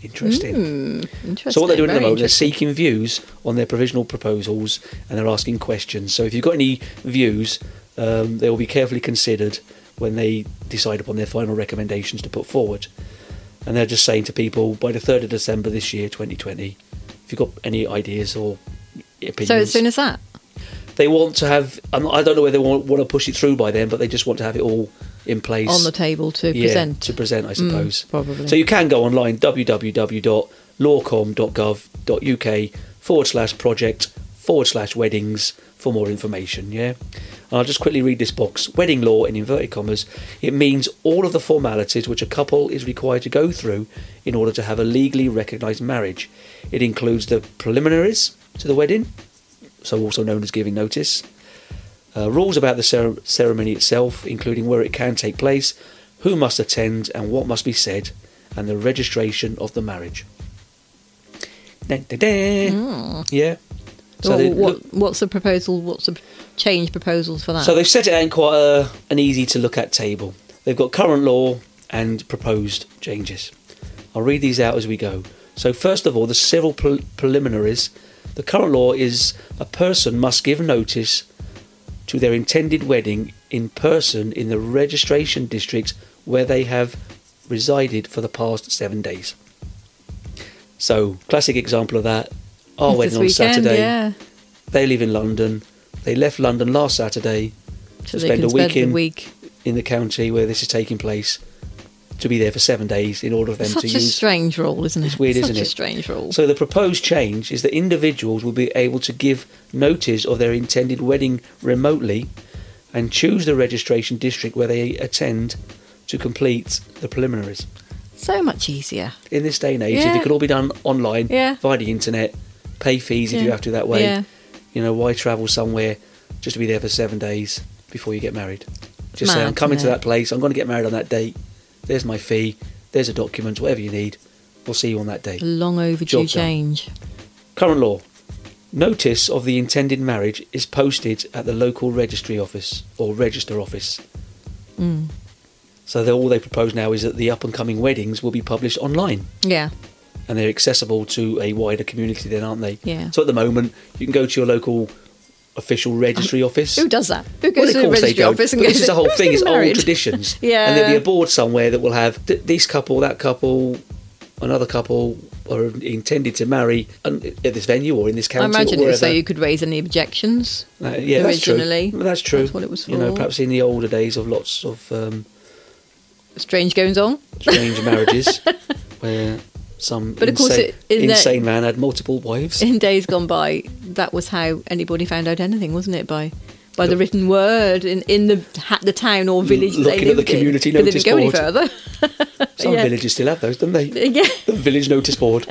Speaker 1: Interesting.
Speaker 2: Interesting.
Speaker 1: So what they're doing at the
Speaker 2: Hmm, Very
Speaker 1: moment, they're
Speaker 2: interesting.
Speaker 1: seeking views on their provisional proposals and they're asking questions. So if you've got any views, um, they will be carefully considered when they decide upon their final recommendations to put forward. And they're just saying to people by the third of December this year, 2020, if you've got any ideas or opinions,
Speaker 2: So as soon as that,
Speaker 1: they want to have. I'm not- I don't know whether they want, want to push it through by then, but they just want to have it all in place
Speaker 2: on the table to
Speaker 1: Yeah,
Speaker 2: present. Mm,
Speaker 1: to present, I suppose.
Speaker 2: probably.
Speaker 1: So you can go online www.lawcom.gov.uk forward slash project forward slash weddings for more information. Yeah. And I'll just quickly read this box. Wedding law, in inverted commas, it means all of the formalities which a couple is required to go through in order to have a legally recognised marriage. It includes the preliminaries to the wedding, so also known as giving notice, uh, rules about the cere- ceremony itself, including where it can take place, who must attend, and what must be said, and the registration of the marriage. Dun, dun, dun. Yeah. So,
Speaker 2: Well,
Speaker 1: they,
Speaker 2: what, what's the proposal? What's the change proposals for that?
Speaker 1: so they've set it out in quite a, an easy to look at table. They've got current law and proposed changes. I'll read these out as we go. So, first of all, the civil pre- preliminaries. The current law is a person must give notice to their intended wedding in person in the registration district where they have resided for the past seven days. So, classic example of that. Our
Speaker 2: It's this
Speaker 1: wedding on
Speaker 2: weekend,
Speaker 1: Saturday.
Speaker 2: yeah.
Speaker 1: They live in London. They left London last Saturday to
Speaker 2: So they
Speaker 1: spend
Speaker 2: can
Speaker 1: a
Speaker 2: spend
Speaker 1: week
Speaker 2: the
Speaker 1: in,
Speaker 2: week.
Speaker 1: in the county where this is taking place to be there for seven days in order for them
Speaker 2: Such
Speaker 1: to
Speaker 2: a
Speaker 1: use.
Speaker 2: strange rule, isn't it?
Speaker 1: It's weird,
Speaker 2: Such
Speaker 1: isn't
Speaker 2: a
Speaker 1: it?
Speaker 2: strange rule.
Speaker 1: So the proposed change is that individuals will be able to give notice of their intended wedding remotely and choose the registration district where they attend to complete the preliminaries.
Speaker 2: so much easier.
Speaker 1: In this day and age, if
Speaker 2: Yeah.
Speaker 1: it could all be done online
Speaker 2: Yeah.
Speaker 1: via the internet, pay fees if
Speaker 2: Yeah.
Speaker 1: you have to that way.
Speaker 2: Yeah.
Speaker 1: You know, why travel somewhere just to be there for seven days before you get married? Just say,
Speaker 2: Mad,
Speaker 1: I'm coming to
Speaker 2: isn't it?
Speaker 1: that place, I'm going to get married on that date. There's my fee, there's the documents, whatever you need. We'll see you on that day.
Speaker 2: A long overdue
Speaker 1: Job done.
Speaker 2: change.
Speaker 1: Current law. Notice of the intended marriage is posted at the local registry office or register office.
Speaker 2: Mm.
Speaker 1: So they- all they propose now is that the up and coming weddings will be published online
Speaker 2: Yeah,
Speaker 1: and they're accessible to a wider community then, aren't they?
Speaker 2: Yeah.
Speaker 1: So at the moment, you can go to your local official registry office.
Speaker 2: who does that? Who
Speaker 1: Well,
Speaker 2: goes
Speaker 1: of
Speaker 2: to the
Speaker 1: course they
Speaker 2: registry
Speaker 1: don't.
Speaker 2: office and
Speaker 1: but
Speaker 2: goes?
Speaker 1: this is the whole
Speaker 2: "Who's
Speaker 1: thing. It's
Speaker 2: getting
Speaker 1: old
Speaker 2: married?"
Speaker 1: traditions.
Speaker 2: Yeah.
Speaker 1: And there'll be a board somewhere that will have th- this couple, that couple, another couple are intended to marry and- uh, at this venue or in this
Speaker 2: I
Speaker 1: county
Speaker 2: imagine
Speaker 1: or
Speaker 2: it
Speaker 1: wherever.
Speaker 2: was so you could raise any objections.
Speaker 1: Uh, yeah, that's true.
Speaker 2: originally.
Speaker 1: Well, That's true.
Speaker 2: That's what it was
Speaker 1: You know,
Speaker 2: for.
Speaker 1: perhaps in the older days of lots of um,
Speaker 2: Strange goings on.
Speaker 1: strange marriages where some
Speaker 2: But of course
Speaker 1: insane,
Speaker 2: it- in that-
Speaker 1: insane man had multiple wives.
Speaker 2: In days gone by, that was how anybody found out anything, wasn't it? By by the written word in, in the ha- the town or village. that
Speaker 1: looking
Speaker 2: they
Speaker 1: at the
Speaker 2: lived in.
Speaker 1: community
Speaker 2: But they
Speaker 1: notice
Speaker 2: didn't go any
Speaker 1: board.
Speaker 2: further.
Speaker 1: Some
Speaker 2: yeah.
Speaker 1: villages still have those, don't they?
Speaker 2: yeah.
Speaker 1: the village notice board.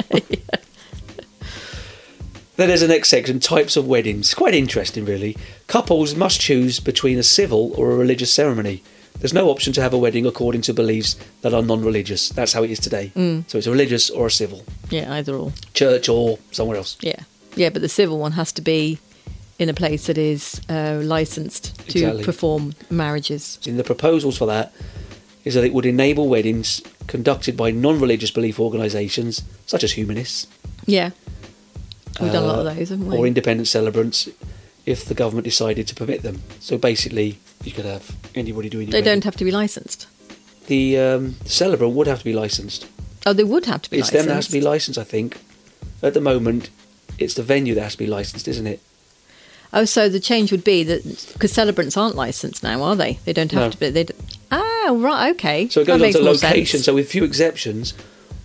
Speaker 1: Then there's the next section types of weddings. Quite interesting, really. Couples must choose between a civil or a religious ceremony. There's no option to have a wedding according to beliefs that are non religious. That's how it is today.
Speaker 2: Mm.
Speaker 1: So it's a religious or a civil,
Speaker 2: Yeah, either or.
Speaker 1: church or somewhere else.
Speaker 2: Yeah, yeah, but the civil one has to be in a place that is uh, licensed to
Speaker 1: Exactly.
Speaker 2: perform marriages.
Speaker 1: In the proposals for that, is that it would enable weddings conducted by non religious belief organisations, such as humanists
Speaker 2: Yeah. We've done a lot
Speaker 1: uh,
Speaker 2: of those, haven't we?
Speaker 1: or independent celebrants, if the government decided to permit them. So basically, you could have anybody doing your
Speaker 2: they
Speaker 1: wedding.
Speaker 2: don't have to be licensed.
Speaker 1: The um, celebrant would have to be licensed.
Speaker 2: Oh, they would have to be
Speaker 1: It's
Speaker 2: licensed.
Speaker 1: them that has to be licensed, I think. At the moment, it's the venue that has to be licensed, isn't it?
Speaker 2: Oh, so the change would be that because celebrants aren't licensed now, are they? They don't have
Speaker 1: No.
Speaker 2: to be. They d ah, right, okay.
Speaker 1: So it goes
Speaker 2: that
Speaker 1: on
Speaker 2: makes
Speaker 1: to
Speaker 2: more
Speaker 1: location.
Speaker 2: sense.
Speaker 1: So, with few exceptions,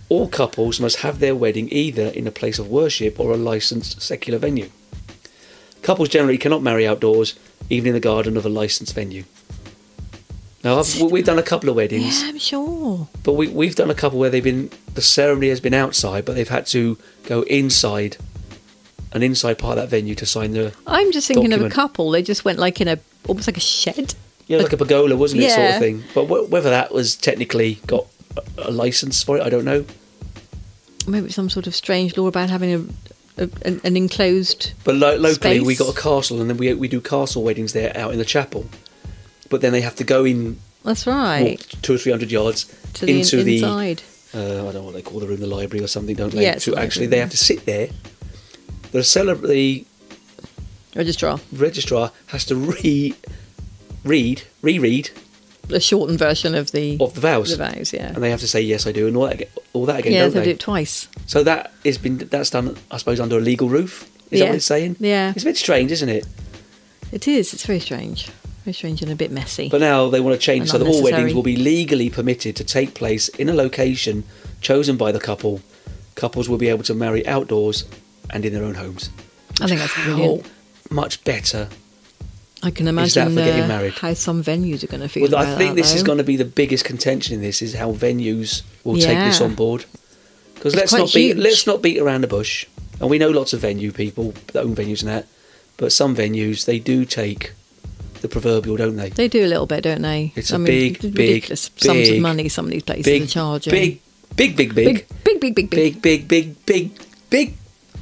Speaker 1: all couples must have their wedding either in a place of worship or a licensed secular venue. Couples generally cannot marry outdoors, even in the garden of a licensed venue. Now, I've, we've done a couple of weddings.
Speaker 2: yeah, I'm sure.
Speaker 1: But we, we've done a couple where they've been the ceremony has been outside, but they've had to go inside an inside part of that venue to sign the
Speaker 2: I'm just thinking of
Speaker 1: Document.
Speaker 2: a couple. They just went like in a almost like a shed.
Speaker 1: yeah like a pergola, wasn't it, sort of
Speaker 2: Yeah.
Speaker 1: thing. But wh- whether that was technically got a, a license for it, I don't know.
Speaker 2: Maybe some sort of strange law about having a, a an, an enclosed.
Speaker 1: But lo- locally, we
Speaker 2: Space.
Speaker 1: got a castle, and then we we do castle weddings there out in the chapel. But then they have to go in
Speaker 2: That's right.
Speaker 1: walk two or three hundred yards
Speaker 2: to the
Speaker 1: into
Speaker 2: in-
Speaker 1: the
Speaker 2: inside.
Speaker 1: uh, I don't know what they call the room, the library or something, don't they?
Speaker 2: Yeah, it's
Speaker 1: to
Speaker 2: a
Speaker 1: actually,
Speaker 2: library,
Speaker 1: they
Speaker 2: yeah.
Speaker 1: have to sit there. The celebr- the
Speaker 2: Registrar.
Speaker 1: registrar has to re read, reread
Speaker 2: A shortened version of the
Speaker 1: of the vows,
Speaker 2: the vows. Yeah.
Speaker 1: and they have to say yes, I do, and all that, aga- all that again,
Speaker 2: yeah,
Speaker 1: don't
Speaker 2: they
Speaker 1: they?
Speaker 2: do it twice.
Speaker 1: So that has been that's done, I suppose, under a legal roof. Is that
Speaker 2: Yeah.
Speaker 1: what it's saying?
Speaker 2: Yeah.
Speaker 1: it's a bit strange, isn't it?
Speaker 2: It is. It's very strange. Very strange and a bit messy.
Speaker 1: But now they want to change
Speaker 2: And
Speaker 1: so that all
Speaker 2: unnecessary.
Speaker 1: weddings will be legally permitted to take place in a location chosen by the couple. Couples will be able to marry outdoors and in their own homes.
Speaker 2: I think that's
Speaker 1: How
Speaker 2: brilliant.
Speaker 1: much better
Speaker 2: I can
Speaker 1: Is that
Speaker 2: imagine
Speaker 1: for getting
Speaker 2: uh,
Speaker 1: married?
Speaker 2: how some venues are going to feel
Speaker 1: Well,
Speaker 2: about
Speaker 1: I think
Speaker 2: that,
Speaker 1: this is
Speaker 2: though.
Speaker 1: going to be the biggest contention in this is how venues will take this
Speaker 2: Yeah.
Speaker 1: on board. Because
Speaker 2: It's
Speaker 1: let's
Speaker 2: quite
Speaker 1: not beat
Speaker 2: huge.
Speaker 1: let's not beat around the bush. And we know lots of venue people that own venues and that, but some venues they do take the proverbial, don't they?
Speaker 2: They do a little bit, don't they?
Speaker 1: It's a big,
Speaker 2: it's
Speaker 1: big,
Speaker 2: ridiculous sums
Speaker 1: big,
Speaker 2: of money some of these places are
Speaker 1: Big,
Speaker 2: charging.
Speaker 1: big, big, big, big,
Speaker 2: big, big, big,
Speaker 1: big,
Speaker 2: big, big.
Speaker 1: big, big, big, big,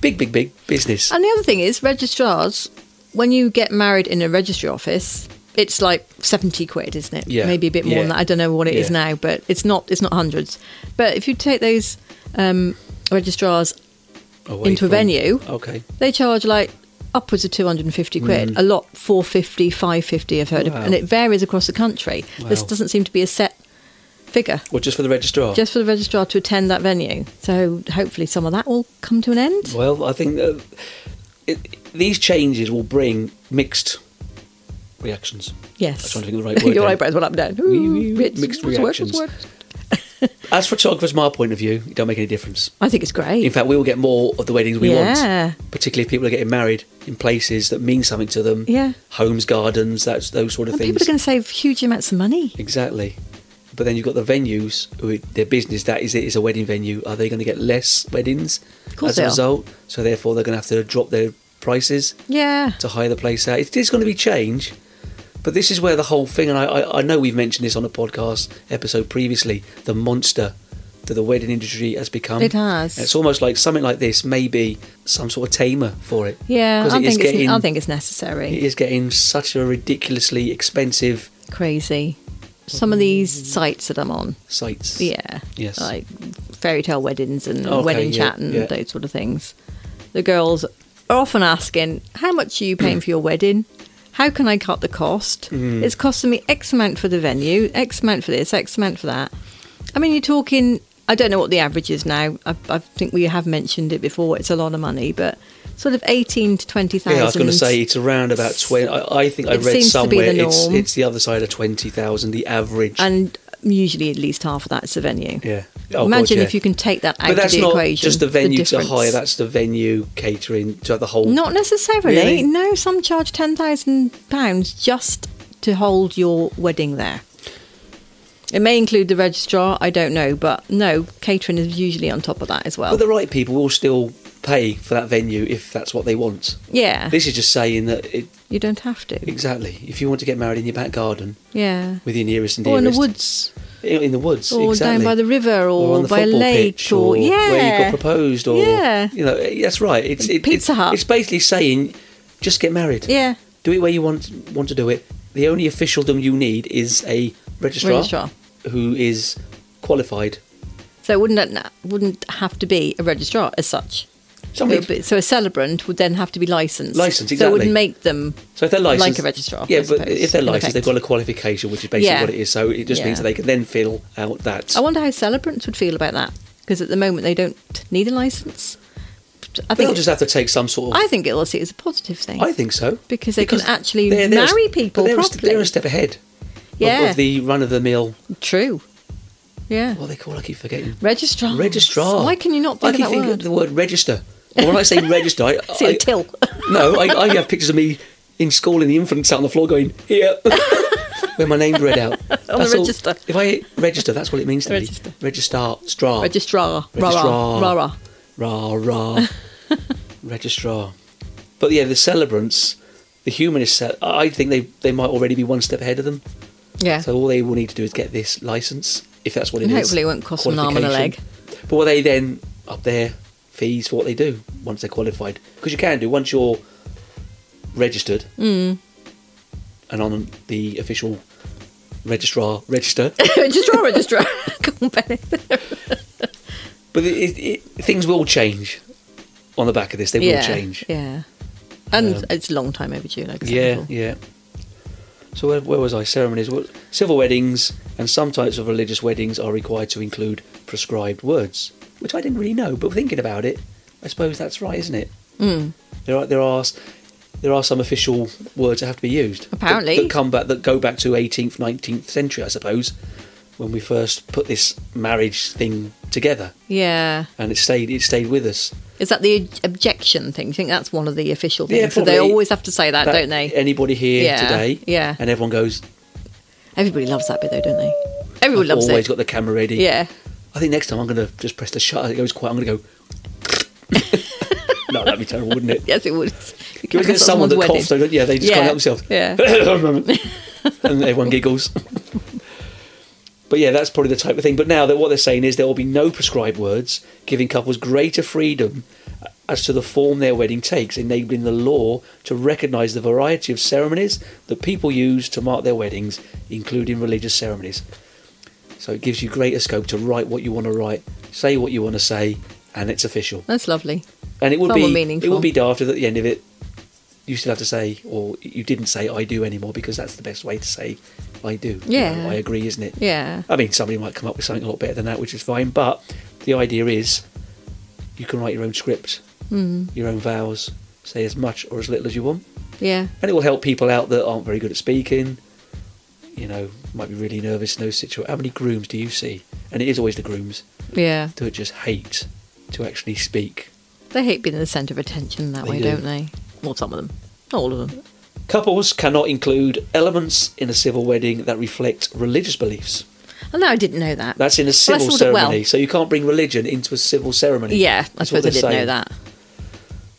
Speaker 1: big, big, big business.
Speaker 2: And the other thing is, registrars, when you get married in a registry office, it's like seventy quid, isn't it?
Speaker 1: Yeah,
Speaker 2: maybe a bit more
Speaker 1: yeah.
Speaker 2: than that. I don't know what it is
Speaker 1: Yeah.
Speaker 2: now, but it's not. It's not hundreds. But if you take those um, registrars,
Speaker 1: Away
Speaker 2: into a
Speaker 1: from-
Speaker 2: venue.
Speaker 1: Oh, Okay.
Speaker 2: they charge like upwards of 250 quid a lot 450 550 i've heard of
Speaker 1: Mm. Wow.
Speaker 2: and it varies across the country this
Speaker 1: Wow.
Speaker 2: doesn't seem to be a set figure
Speaker 1: Well, just for the registrar.
Speaker 2: just for the registrar to attend that venue. So hopefully some of that will come to an end.
Speaker 1: Well, I think that it, these changes will bring mixed reactions. I was
Speaker 2: Yes.
Speaker 1: trying to think of the right word.
Speaker 2: Your
Speaker 1: then.
Speaker 2: eyebrows went up and down.
Speaker 1: Wee,
Speaker 2: Ooh,
Speaker 1: wee, wee.
Speaker 2: it's-
Speaker 1: Mixed
Speaker 2: it's worked,
Speaker 1: reactions.
Speaker 2: it's worked.
Speaker 1: As photographers, from our point of view, it don't make any difference.
Speaker 2: I think it's great.
Speaker 1: In fact, we will get more of the weddings we
Speaker 2: Yeah.
Speaker 1: want, particularly if people are getting married in places that mean something to them.
Speaker 2: Yeah.
Speaker 1: homes, gardens, that's those sort of
Speaker 2: and
Speaker 1: things.
Speaker 2: people are going to save huge amounts of money.
Speaker 1: Exactly. But then you've got the venues, who their business that is it is a wedding venue. Are they going to get less weddings
Speaker 2: course
Speaker 1: as a
Speaker 2: they are.
Speaker 1: result? So therefore, they're going to have to drop their prices.
Speaker 2: Yeah.
Speaker 1: to hire the place out. It is going to be change, but this is where the whole thing, and I, I, I know we've mentioned this on a podcast episode previously, the monster that the wedding industry has become.
Speaker 2: It has.
Speaker 1: It's almost like something like this may be some sort of tamer for it.
Speaker 2: Yeah,
Speaker 1: 'Cause
Speaker 2: I
Speaker 1: it is
Speaker 2: think it's,
Speaker 1: getting,
Speaker 2: I think it's
Speaker 1: it
Speaker 2: necessary.
Speaker 1: is getting such a ridiculously expensive
Speaker 2: Crazy. Some of these sites that I'm on.
Speaker 1: sites.
Speaker 2: Yeah.
Speaker 1: Yes.
Speaker 2: Like fairy tale weddings and
Speaker 1: Okay,
Speaker 2: wedding
Speaker 1: yeah,
Speaker 2: chat and
Speaker 1: yeah.
Speaker 2: those sort of things. The girls are often asking, How much are you paying for your wedding? How can I cut the cost?
Speaker 1: Mm.
Speaker 2: It's costing me X amount for the venue, X amount for this, X amount for that. I mean, you're talking, I don't know what the average is now. I, I think we have mentioned it before. It's a lot of money, but sort of 18 to 20,000.
Speaker 1: Yeah, I was going to say it's around about twenty. I, I think I
Speaker 2: It
Speaker 1: read
Speaker 2: seems to be
Speaker 1: somewhere
Speaker 2: the
Speaker 1: it's
Speaker 2: norm.
Speaker 1: it's the other side of twenty thousand, the average.
Speaker 2: And usually at least half of that's the venue.
Speaker 1: yeah, Oh, God,
Speaker 2: Imagine
Speaker 1: yeah.
Speaker 2: if you can take that out
Speaker 1: but that's
Speaker 2: of the
Speaker 1: not
Speaker 2: equation.
Speaker 1: just the venue to
Speaker 2: difference.
Speaker 1: hire. That's the venue catering to the whole.
Speaker 2: Not necessarily.
Speaker 1: Really?
Speaker 2: No, some charge ten thousand pounds just to hold your wedding there. It may include the registrar, I don't know, but no, catering is usually on top of that as well.
Speaker 1: But the right people will still pay for that venue if that's what they want.
Speaker 2: yeah,
Speaker 1: This is just saying that it
Speaker 2: you don't have to.
Speaker 1: exactly. If you want to get married in your back garden
Speaker 2: Yeah,
Speaker 1: with your nearest and
Speaker 2: or in
Speaker 1: dearest,
Speaker 2: the woods,
Speaker 1: in, in the woods,
Speaker 2: or
Speaker 1: exactly.
Speaker 2: down by the river,
Speaker 1: or
Speaker 2: or,
Speaker 1: on the
Speaker 2: by a
Speaker 1: football
Speaker 2: lake,
Speaker 1: pitch, or,
Speaker 2: yeah,
Speaker 1: where you got proposed, or
Speaker 2: Yeah.
Speaker 1: you know, eh, that's right. It's it,
Speaker 2: Pizza
Speaker 1: it's,
Speaker 2: Hut.
Speaker 1: It's basically saying, just get married.
Speaker 2: yeah,
Speaker 1: Do it where you want want to do it. The only officialdom you need is a registrar,
Speaker 2: registrar.
Speaker 1: who is qualified.
Speaker 2: So it wouldn't that, wouldn't have to be a registrar as such. It
Speaker 1: Somebody,
Speaker 2: would be- so a celebrant would then have to be licensed.
Speaker 1: Licensed,
Speaker 2: So it
Speaker 1: exactly.
Speaker 2: would make them
Speaker 1: so if they're licensed,
Speaker 2: like a registrar,
Speaker 1: yeah,
Speaker 2: I
Speaker 1: but
Speaker 2: suppose,
Speaker 1: if they're
Speaker 2: in
Speaker 1: licensed, they've
Speaker 2: effect.
Speaker 1: got a qualification, which is basically
Speaker 2: Yeah.
Speaker 1: what it is. So it just
Speaker 2: Yeah. Oh,
Speaker 1: means that they can then fill out that.
Speaker 2: I wonder how celebrants would feel about that because at the moment they don't need a license. I
Speaker 1: They'll
Speaker 2: think
Speaker 1: just have to take some sort of.
Speaker 2: I think it'll see it as a positive thing.
Speaker 1: I think so
Speaker 2: Because they can actually
Speaker 1: a-
Speaker 2: marry
Speaker 1: but
Speaker 2: people
Speaker 1: They're, a, st- they're
Speaker 2: properly.
Speaker 1: a step ahead. of-
Speaker 2: yeah,
Speaker 1: Of, the run of the mill.
Speaker 2: true. Yeah,
Speaker 1: What are they call? I keep forgetting.
Speaker 2: registrar.
Speaker 1: Registrar.
Speaker 2: Oh, Why can you not think
Speaker 1: I keep
Speaker 2: of that
Speaker 1: thinking
Speaker 2: word?
Speaker 1: of the word register. Well, when I say register, I,
Speaker 2: See,
Speaker 1: I- Oh.
Speaker 2: a till.
Speaker 1: No, I, I have pictures of me in school in the infant sat on the floor going here, when my name's read out
Speaker 2: On the
Speaker 1: That's all-
Speaker 2: register.
Speaker 1: If I hit register, that's what it means to
Speaker 2: Register.
Speaker 1: me. Registrar, stra,
Speaker 2: registrar. Rah,
Speaker 1: Registrar.
Speaker 2: rah, rah, rah.
Speaker 1: ra ra, registrar. But yeah, the celebrants, the humanist, cel- I think they they might already be one step ahead of them.
Speaker 2: Yeah.
Speaker 1: So all they will need to do is get this license, if that's what it is.
Speaker 2: And hopefully it won't cost them an arm and a
Speaker 1: Qualification. But will they then up their fees for what they do once they're qualified? Because you can do once you're registered
Speaker 2: Hmm.
Speaker 1: and on the official registrar register.
Speaker 2: registrar, registrar. Come on, Benny.
Speaker 1: but it, it, it, things will change on the back of this. They
Speaker 2: yeah,
Speaker 1: will change.
Speaker 2: Yeah, and
Speaker 1: Um,
Speaker 2: it's a long time overdue. Like I said
Speaker 1: Yeah,
Speaker 2: before.
Speaker 1: yeah. So where, where was I? Ceremonies, well, civil weddings, and some types of religious weddings are required to include prescribed words, which I didn't really know. But thinking about it, I suppose that's right, isn't it?
Speaker 2: Mm.
Speaker 1: There are there are s- there are some official words that have to be used. that-
Speaker 2: Apparently.
Speaker 1: that, come back that go back to 18th, 19th century, I suppose, when we first put this marriage thing together,
Speaker 2: yeah.
Speaker 1: and it stayed it stayed with us.
Speaker 2: Is that the objection thing? Do you think that's one of the official things?
Speaker 1: Yeah,
Speaker 2: so they
Speaker 1: probably.
Speaker 2: always have to say that,
Speaker 1: That
Speaker 2: Uh, don't they?
Speaker 1: Anybody here
Speaker 2: Yeah,
Speaker 1: today?
Speaker 2: yeah.
Speaker 1: And everyone goes.
Speaker 2: Everybody loves that bit, though, don't they? Everyone
Speaker 1: I've
Speaker 2: loves
Speaker 1: always
Speaker 2: it.
Speaker 1: got the camera ready.
Speaker 2: yeah.
Speaker 1: I think next time I'm going to just press the shutter. It goes quiet. I'm going to go. no, that'd be terrible, wouldn't it?
Speaker 2: Yes, it would.
Speaker 1: Can we get someone that coughs? Though, don't- yeah, they just can't
Speaker 2: Yeah,
Speaker 1: help themselves.
Speaker 2: yeah.
Speaker 1: and everyone giggles. but yeah, that's probably the type of thing. But now that what they're saying is there will be no prescribed words, giving couples greater freedom as to the form their wedding takes, enabling the law to recognise the variety of ceremonies that people use to mark their weddings, including religious ceremonies. So it gives you greater scope to write what you want to write, say what you want to say, and it's official.
Speaker 2: That's lovely.
Speaker 1: And it would
Speaker 2: Far more
Speaker 1: be
Speaker 2: meaningful.
Speaker 1: it would be daft if at the end of it you still have to say or you didn't say I do anymore because that's the best way to say I do. You
Speaker 2: Yeah.
Speaker 1: know, I agree, isn't it?
Speaker 2: Yeah.
Speaker 1: I mean somebody might come up with something a lot better than that, which is fine, but the idea is you can write your own script,
Speaker 2: Hmm.
Speaker 1: your own vows, say as much or as little as you want.
Speaker 2: Yeah.
Speaker 1: And it will help people out that aren't very good at speaking, you know, might be really nervous in those situations. How many grooms do you see? And it is always the grooms
Speaker 2: Yeah.
Speaker 1: that just hate to actually speak.
Speaker 2: They hate being the centre of attention that
Speaker 1: They
Speaker 2: way,
Speaker 1: do.
Speaker 2: do. not they? Well, some of them. Not all of them.
Speaker 1: Couples cannot include elements in a civil wedding that reflect religious beliefs.
Speaker 2: Oh, no, I didn't know that.
Speaker 1: That's in a
Speaker 2: Well, I
Speaker 1: civil
Speaker 2: thought it- well-
Speaker 1: ceremony, so you can't bring religion into a civil ceremony.
Speaker 2: yeah, I
Speaker 1: That's what
Speaker 2: suppose I
Speaker 1: they're
Speaker 2: didn't know
Speaker 1: saying.
Speaker 2: that.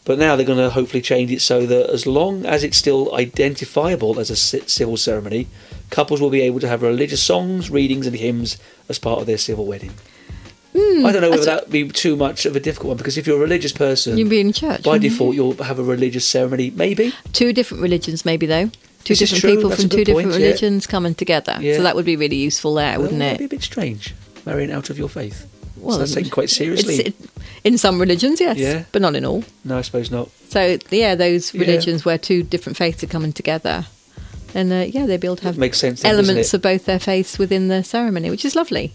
Speaker 1: But now they're going to hopefully change it so that as long as it's still identifiable as a ci- civil ceremony, couples will be able to have religious songs, readings, and hymns as part of their civil wedding. I don't know whether
Speaker 2: see.
Speaker 1: that would be too much of a difficult one because if you're a religious person,
Speaker 2: You'd be in church.
Speaker 1: by
Speaker 2: wouldn't you?
Speaker 1: default you'll have a religious ceremony, maybe.
Speaker 2: Two different religions, maybe, though. Two
Speaker 1: This is
Speaker 2: different
Speaker 1: true,
Speaker 2: people
Speaker 1: that's a
Speaker 2: from two
Speaker 1: good point,
Speaker 2: different
Speaker 1: yeah.
Speaker 2: religions coming together.
Speaker 1: Yeah.
Speaker 2: So that would be really useful there, wouldn't
Speaker 1: Well,
Speaker 2: it?
Speaker 1: that'd be a bit strange, marrying out of your faith.
Speaker 2: Well,
Speaker 1: so that's taken quite seriously.
Speaker 2: It's, it, in some religions, yes,
Speaker 1: Yeah.
Speaker 2: but not in all.
Speaker 1: No, I suppose not.
Speaker 2: So yeah, those
Speaker 1: Yeah.
Speaker 2: religions where two different faiths are coming together, and uh, yeah, they'll be able to have
Speaker 1: Makes sense. Then, doesn't
Speaker 2: elements
Speaker 1: it?
Speaker 2: of both their faiths within the ceremony, which is lovely.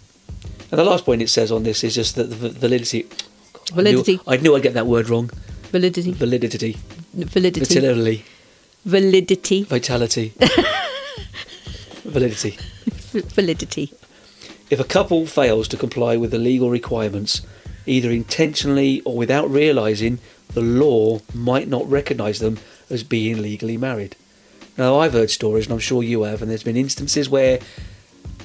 Speaker 1: And the last point it says on this is just that the v- validity. God,
Speaker 2: Validity.
Speaker 1: I knew, I knew I'd get that word wrong.
Speaker 2: Validity,
Speaker 1: Validity.
Speaker 2: validity,
Speaker 1: Vitality.
Speaker 2: validity,
Speaker 1: Vitality. Validity.
Speaker 2: v- validity.
Speaker 1: If a couple fails to comply with the legal requirements, either intentionally or without realising, the law might not recognise them as being legally married. Now, I've heard stories, and I'm sure you have, and there's been instances where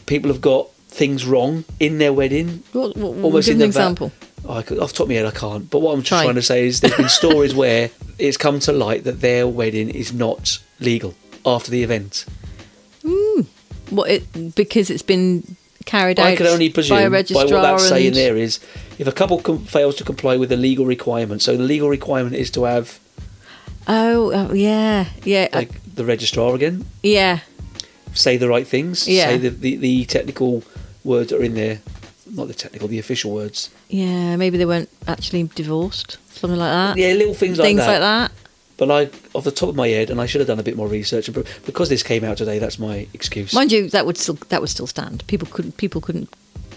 Speaker 1: people have got things wrong in their wedding
Speaker 2: What, what, what-
Speaker 1: almost
Speaker 2: give
Speaker 1: in
Speaker 2: an
Speaker 1: the va-
Speaker 2: example.
Speaker 1: Oh, I could, off the top of my head, I can't. But what I'm just
Speaker 2: Try.
Speaker 1: trying to say is there's been stories where it's come to light that their wedding is not legal after the event.
Speaker 2: What it, because it's been carried out
Speaker 1: I can only presume
Speaker 2: by
Speaker 1: by,
Speaker 2: a registrar
Speaker 1: what that's saying
Speaker 2: and-
Speaker 1: there is if a couple com- fails to comply with a legal requirement. So the legal requirement is to have
Speaker 2: Oh, oh yeah, yeah, uh,
Speaker 1: like the registrar again
Speaker 2: yeah,
Speaker 1: say the right things,
Speaker 2: Yeah.
Speaker 1: say the, the, the technical words that are in there, not the technical, the official words.
Speaker 2: Yeah, maybe they weren't actually divorced, something like that.
Speaker 1: Yeah, little things like
Speaker 2: Uh, Things
Speaker 1: that.
Speaker 2: like that.
Speaker 1: But like off the top of my head, and I should have done a bit more research, but because this came out today, that's my excuse.
Speaker 2: Mind you, that would still that would still stand. People couldn't people couldn't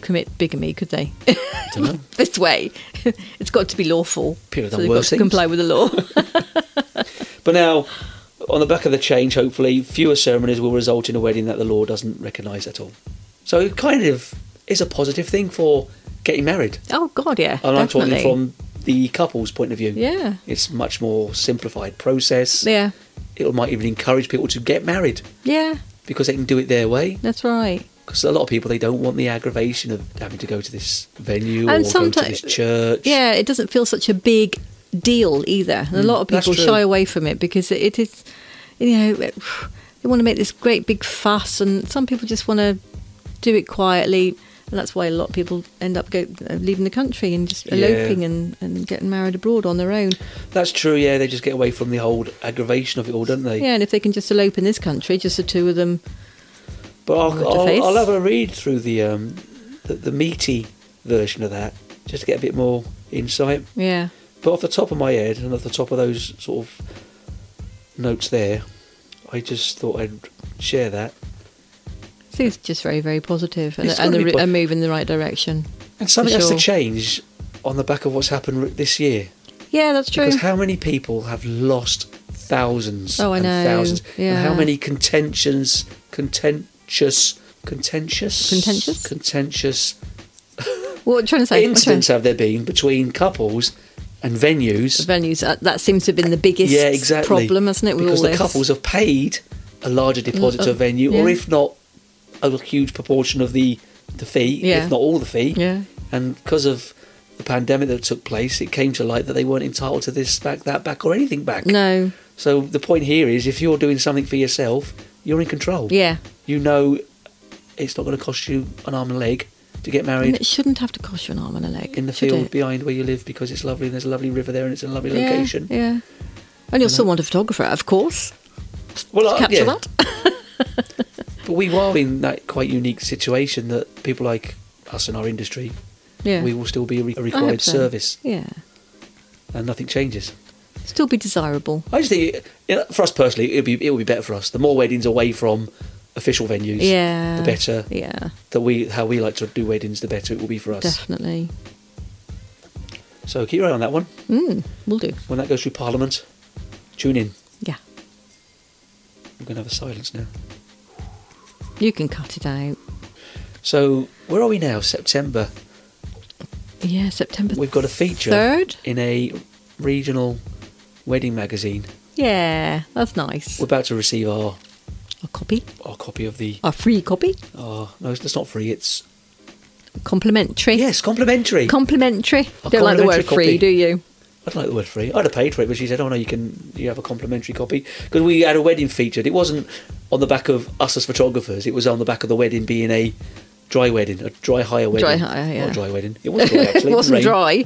Speaker 2: commit bigamy, could they?
Speaker 1: I don't know.
Speaker 2: this way, it's got to be lawful.
Speaker 1: People have
Speaker 2: so
Speaker 1: done
Speaker 2: they've got
Speaker 1: worse
Speaker 2: to
Speaker 1: things.
Speaker 2: comply with the law.
Speaker 1: But now, on the back of the change, hopefully, fewer ceremonies will result in a wedding that the law doesn't recognise at all. So it kind of is a positive thing for getting married.
Speaker 2: oh God, yeah,
Speaker 1: And I'm
Speaker 2: definitely.
Speaker 1: talking from the couple's point of view.
Speaker 2: Yeah.
Speaker 1: It's much more simplified process.
Speaker 2: yeah,
Speaker 1: It might even encourage people to get married
Speaker 2: yeah,
Speaker 1: because they can do it their way.
Speaker 2: that's right.
Speaker 1: Because a lot of people, they don't want the aggravation of having to go to this venue
Speaker 2: And
Speaker 1: or go
Speaker 2: someti-
Speaker 1: to this church.
Speaker 2: Yeah, it doesn't feel such a big deal either. And a lot of
Speaker 1: Mm, that's
Speaker 2: people
Speaker 1: true.
Speaker 2: shy away from it because it, it is, you know, it- they want to make this great big fuss, and some people just want to do it quietly. And that's why a lot of people end up go, uh, leaving the country and just
Speaker 1: Yeah.
Speaker 2: eloping and, and getting married abroad on their own.
Speaker 1: That's true, yeah. They just get away from the whole aggravation of it all, don't they?
Speaker 2: Yeah, and if they can just elope in this country, just the two of them.
Speaker 1: But
Speaker 2: Or to
Speaker 1: I'll, I'll,
Speaker 2: face.
Speaker 1: I'll have a read through the, um, the the meaty version of that just to get a bit more insight.
Speaker 2: Yeah.
Speaker 1: But off the top of my head and off the top of those sort of notes there, I just thought I'd share that.
Speaker 2: Seems just very, very positive and,
Speaker 1: It's
Speaker 2: and,
Speaker 1: gotta
Speaker 2: the,
Speaker 1: be
Speaker 2: re-
Speaker 1: po-
Speaker 2: and move in the right direction.
Speaker 1: And something has
Speaker 2: sure.
Speaker 1: to change on the back of what's happened r- this year.
Speaker 2: Yeah, that's true.
Speaker 1: Because how many people have lost thousands
Speaker 2: Oh, I
Speaker 1: and
Speaker 2: know,
Speaker 1: thousands? And how
Speaker 2: yeah.
Speaker 1: many contentions, contentious, contentious,
Speaker 2: Contentious?
Speaker 1: contentious
Speaker 2: what are you trying to say? What are you trying to
Speaker 1: incidents have there been between couples and venues?
Speaker 2: venues. uh, That seems to have been the biggest
Speaker 1: Yeah, exactly.
Speaker 2: problem, hasn't it? With
Speaker 1: because
Speaker 2: all
Speaker 1: the
Speaker 2: this?
Speaker 1: couples have paid a larger deposit to a
Speaker 2: Mm,
Speaker 1: venue, or
Speaker 2: yeah.
Speaker 1: if not, a huge proportion of the the fee,
Speaker 2: Yeah.
Speaker 1: if not all the fee.
Speaker 2: Yeah,
Speaker 1: And because of the pandemic that took place, it came to light that they weren't entitled to this back, that back, or anything back.
Speaker 2: no,
Speaker 1: So the point here is, if you're doing something for yourself, you're in control.
Speaker 2: yeah.
Speaker 1: You know, it's not going to cost you an arm and a leg to get married
Speaker 2: And it shouldn't have to cost you an arm and a leg.
Speaker 1: in the
Speaker 2: should
Speaker 1: field
Speaker 2: it?
Speaker 1: behind where you live because it's lovely and there's a lovely river there and it's in a lovely
Speaker 2: Yeah,
Speaker 1: location.
Speaker 2: Yeah, and you'll still want a photographer, of course.
Speaker 1: Well,
Speaker 2: to
Speaker 1: I-
Speaker 2: capture
Speaker 1: Oh, yeah,
Speaker 2: that.
Speaker 1: but we are in that quite unique situation that people like us in our industry,
Speaker 2: yeah,
Speaker 1: we will still be a, re- a
Speaker 2: I hope
Speaker 1: required
Speaker 2: so.
Speaker 1: service
Speaker 2: Yeah,
Speaker 1: and nothing changes.
Speaker 2: still be desirable.
Speaker 1: I just think you know, for us personally, it'll be it'll be better for us. The more weddings away from official venues,
Speaker 2: Yeah,
Speaker 1: the better
Speaker 2: Yeah,
Speaker 1: that we how we like to do weddings, the better it will be for us.
Speaker 2: definitely.
Speaker 1: So keep your eye on that one
Speaker 2: Mm, we'll do.
Speaker 1: when that goes through Parliament. Tune in.
Speaker 2: Yeah,
Speaker 1: We're going to have a silence now.
Speaker 2: you can cut it out.
Speaker 1: So where are we now? September.
Speaker 2: Yeah, September.
Speaker 1: We've got a feature
Speaker 2: Third?
Speaker 1: in a regional wedding magazine.
Speaker 2: Yeah, that's nice.
Speaker 1: We're about to receive our,
Speaker 2: A copy,
Speaker 1: our copy of the.
Speaker 2: a free copy,
Speaker 1: Our, no, it's it's not free. It's
Speaker 2: complimentary.
Speaker 1: yes, complimentary.
Speaker 2: complimentary.
Speaker 1: A
Speaker 2: Don't like the word
Speaker 1: complimentary copy.
Speaker 2: free, do you?
Speaker 1: I don't like the word free. I'd have paid for it, but she said, "Oh no, you can. You have a complimentary copy because we had a wedding featured. It wasn't on the back of us as photographers. It was on the back of the wedding being a dry wedding, a dry hire wedding,
Speaker 2: Dry hire, yeah.
Speaker 1: Not a dry wedding. It was dry actually.
Speaker 2: it wasn't
Speaker 1: didn't rain.
Speaker 2: dry,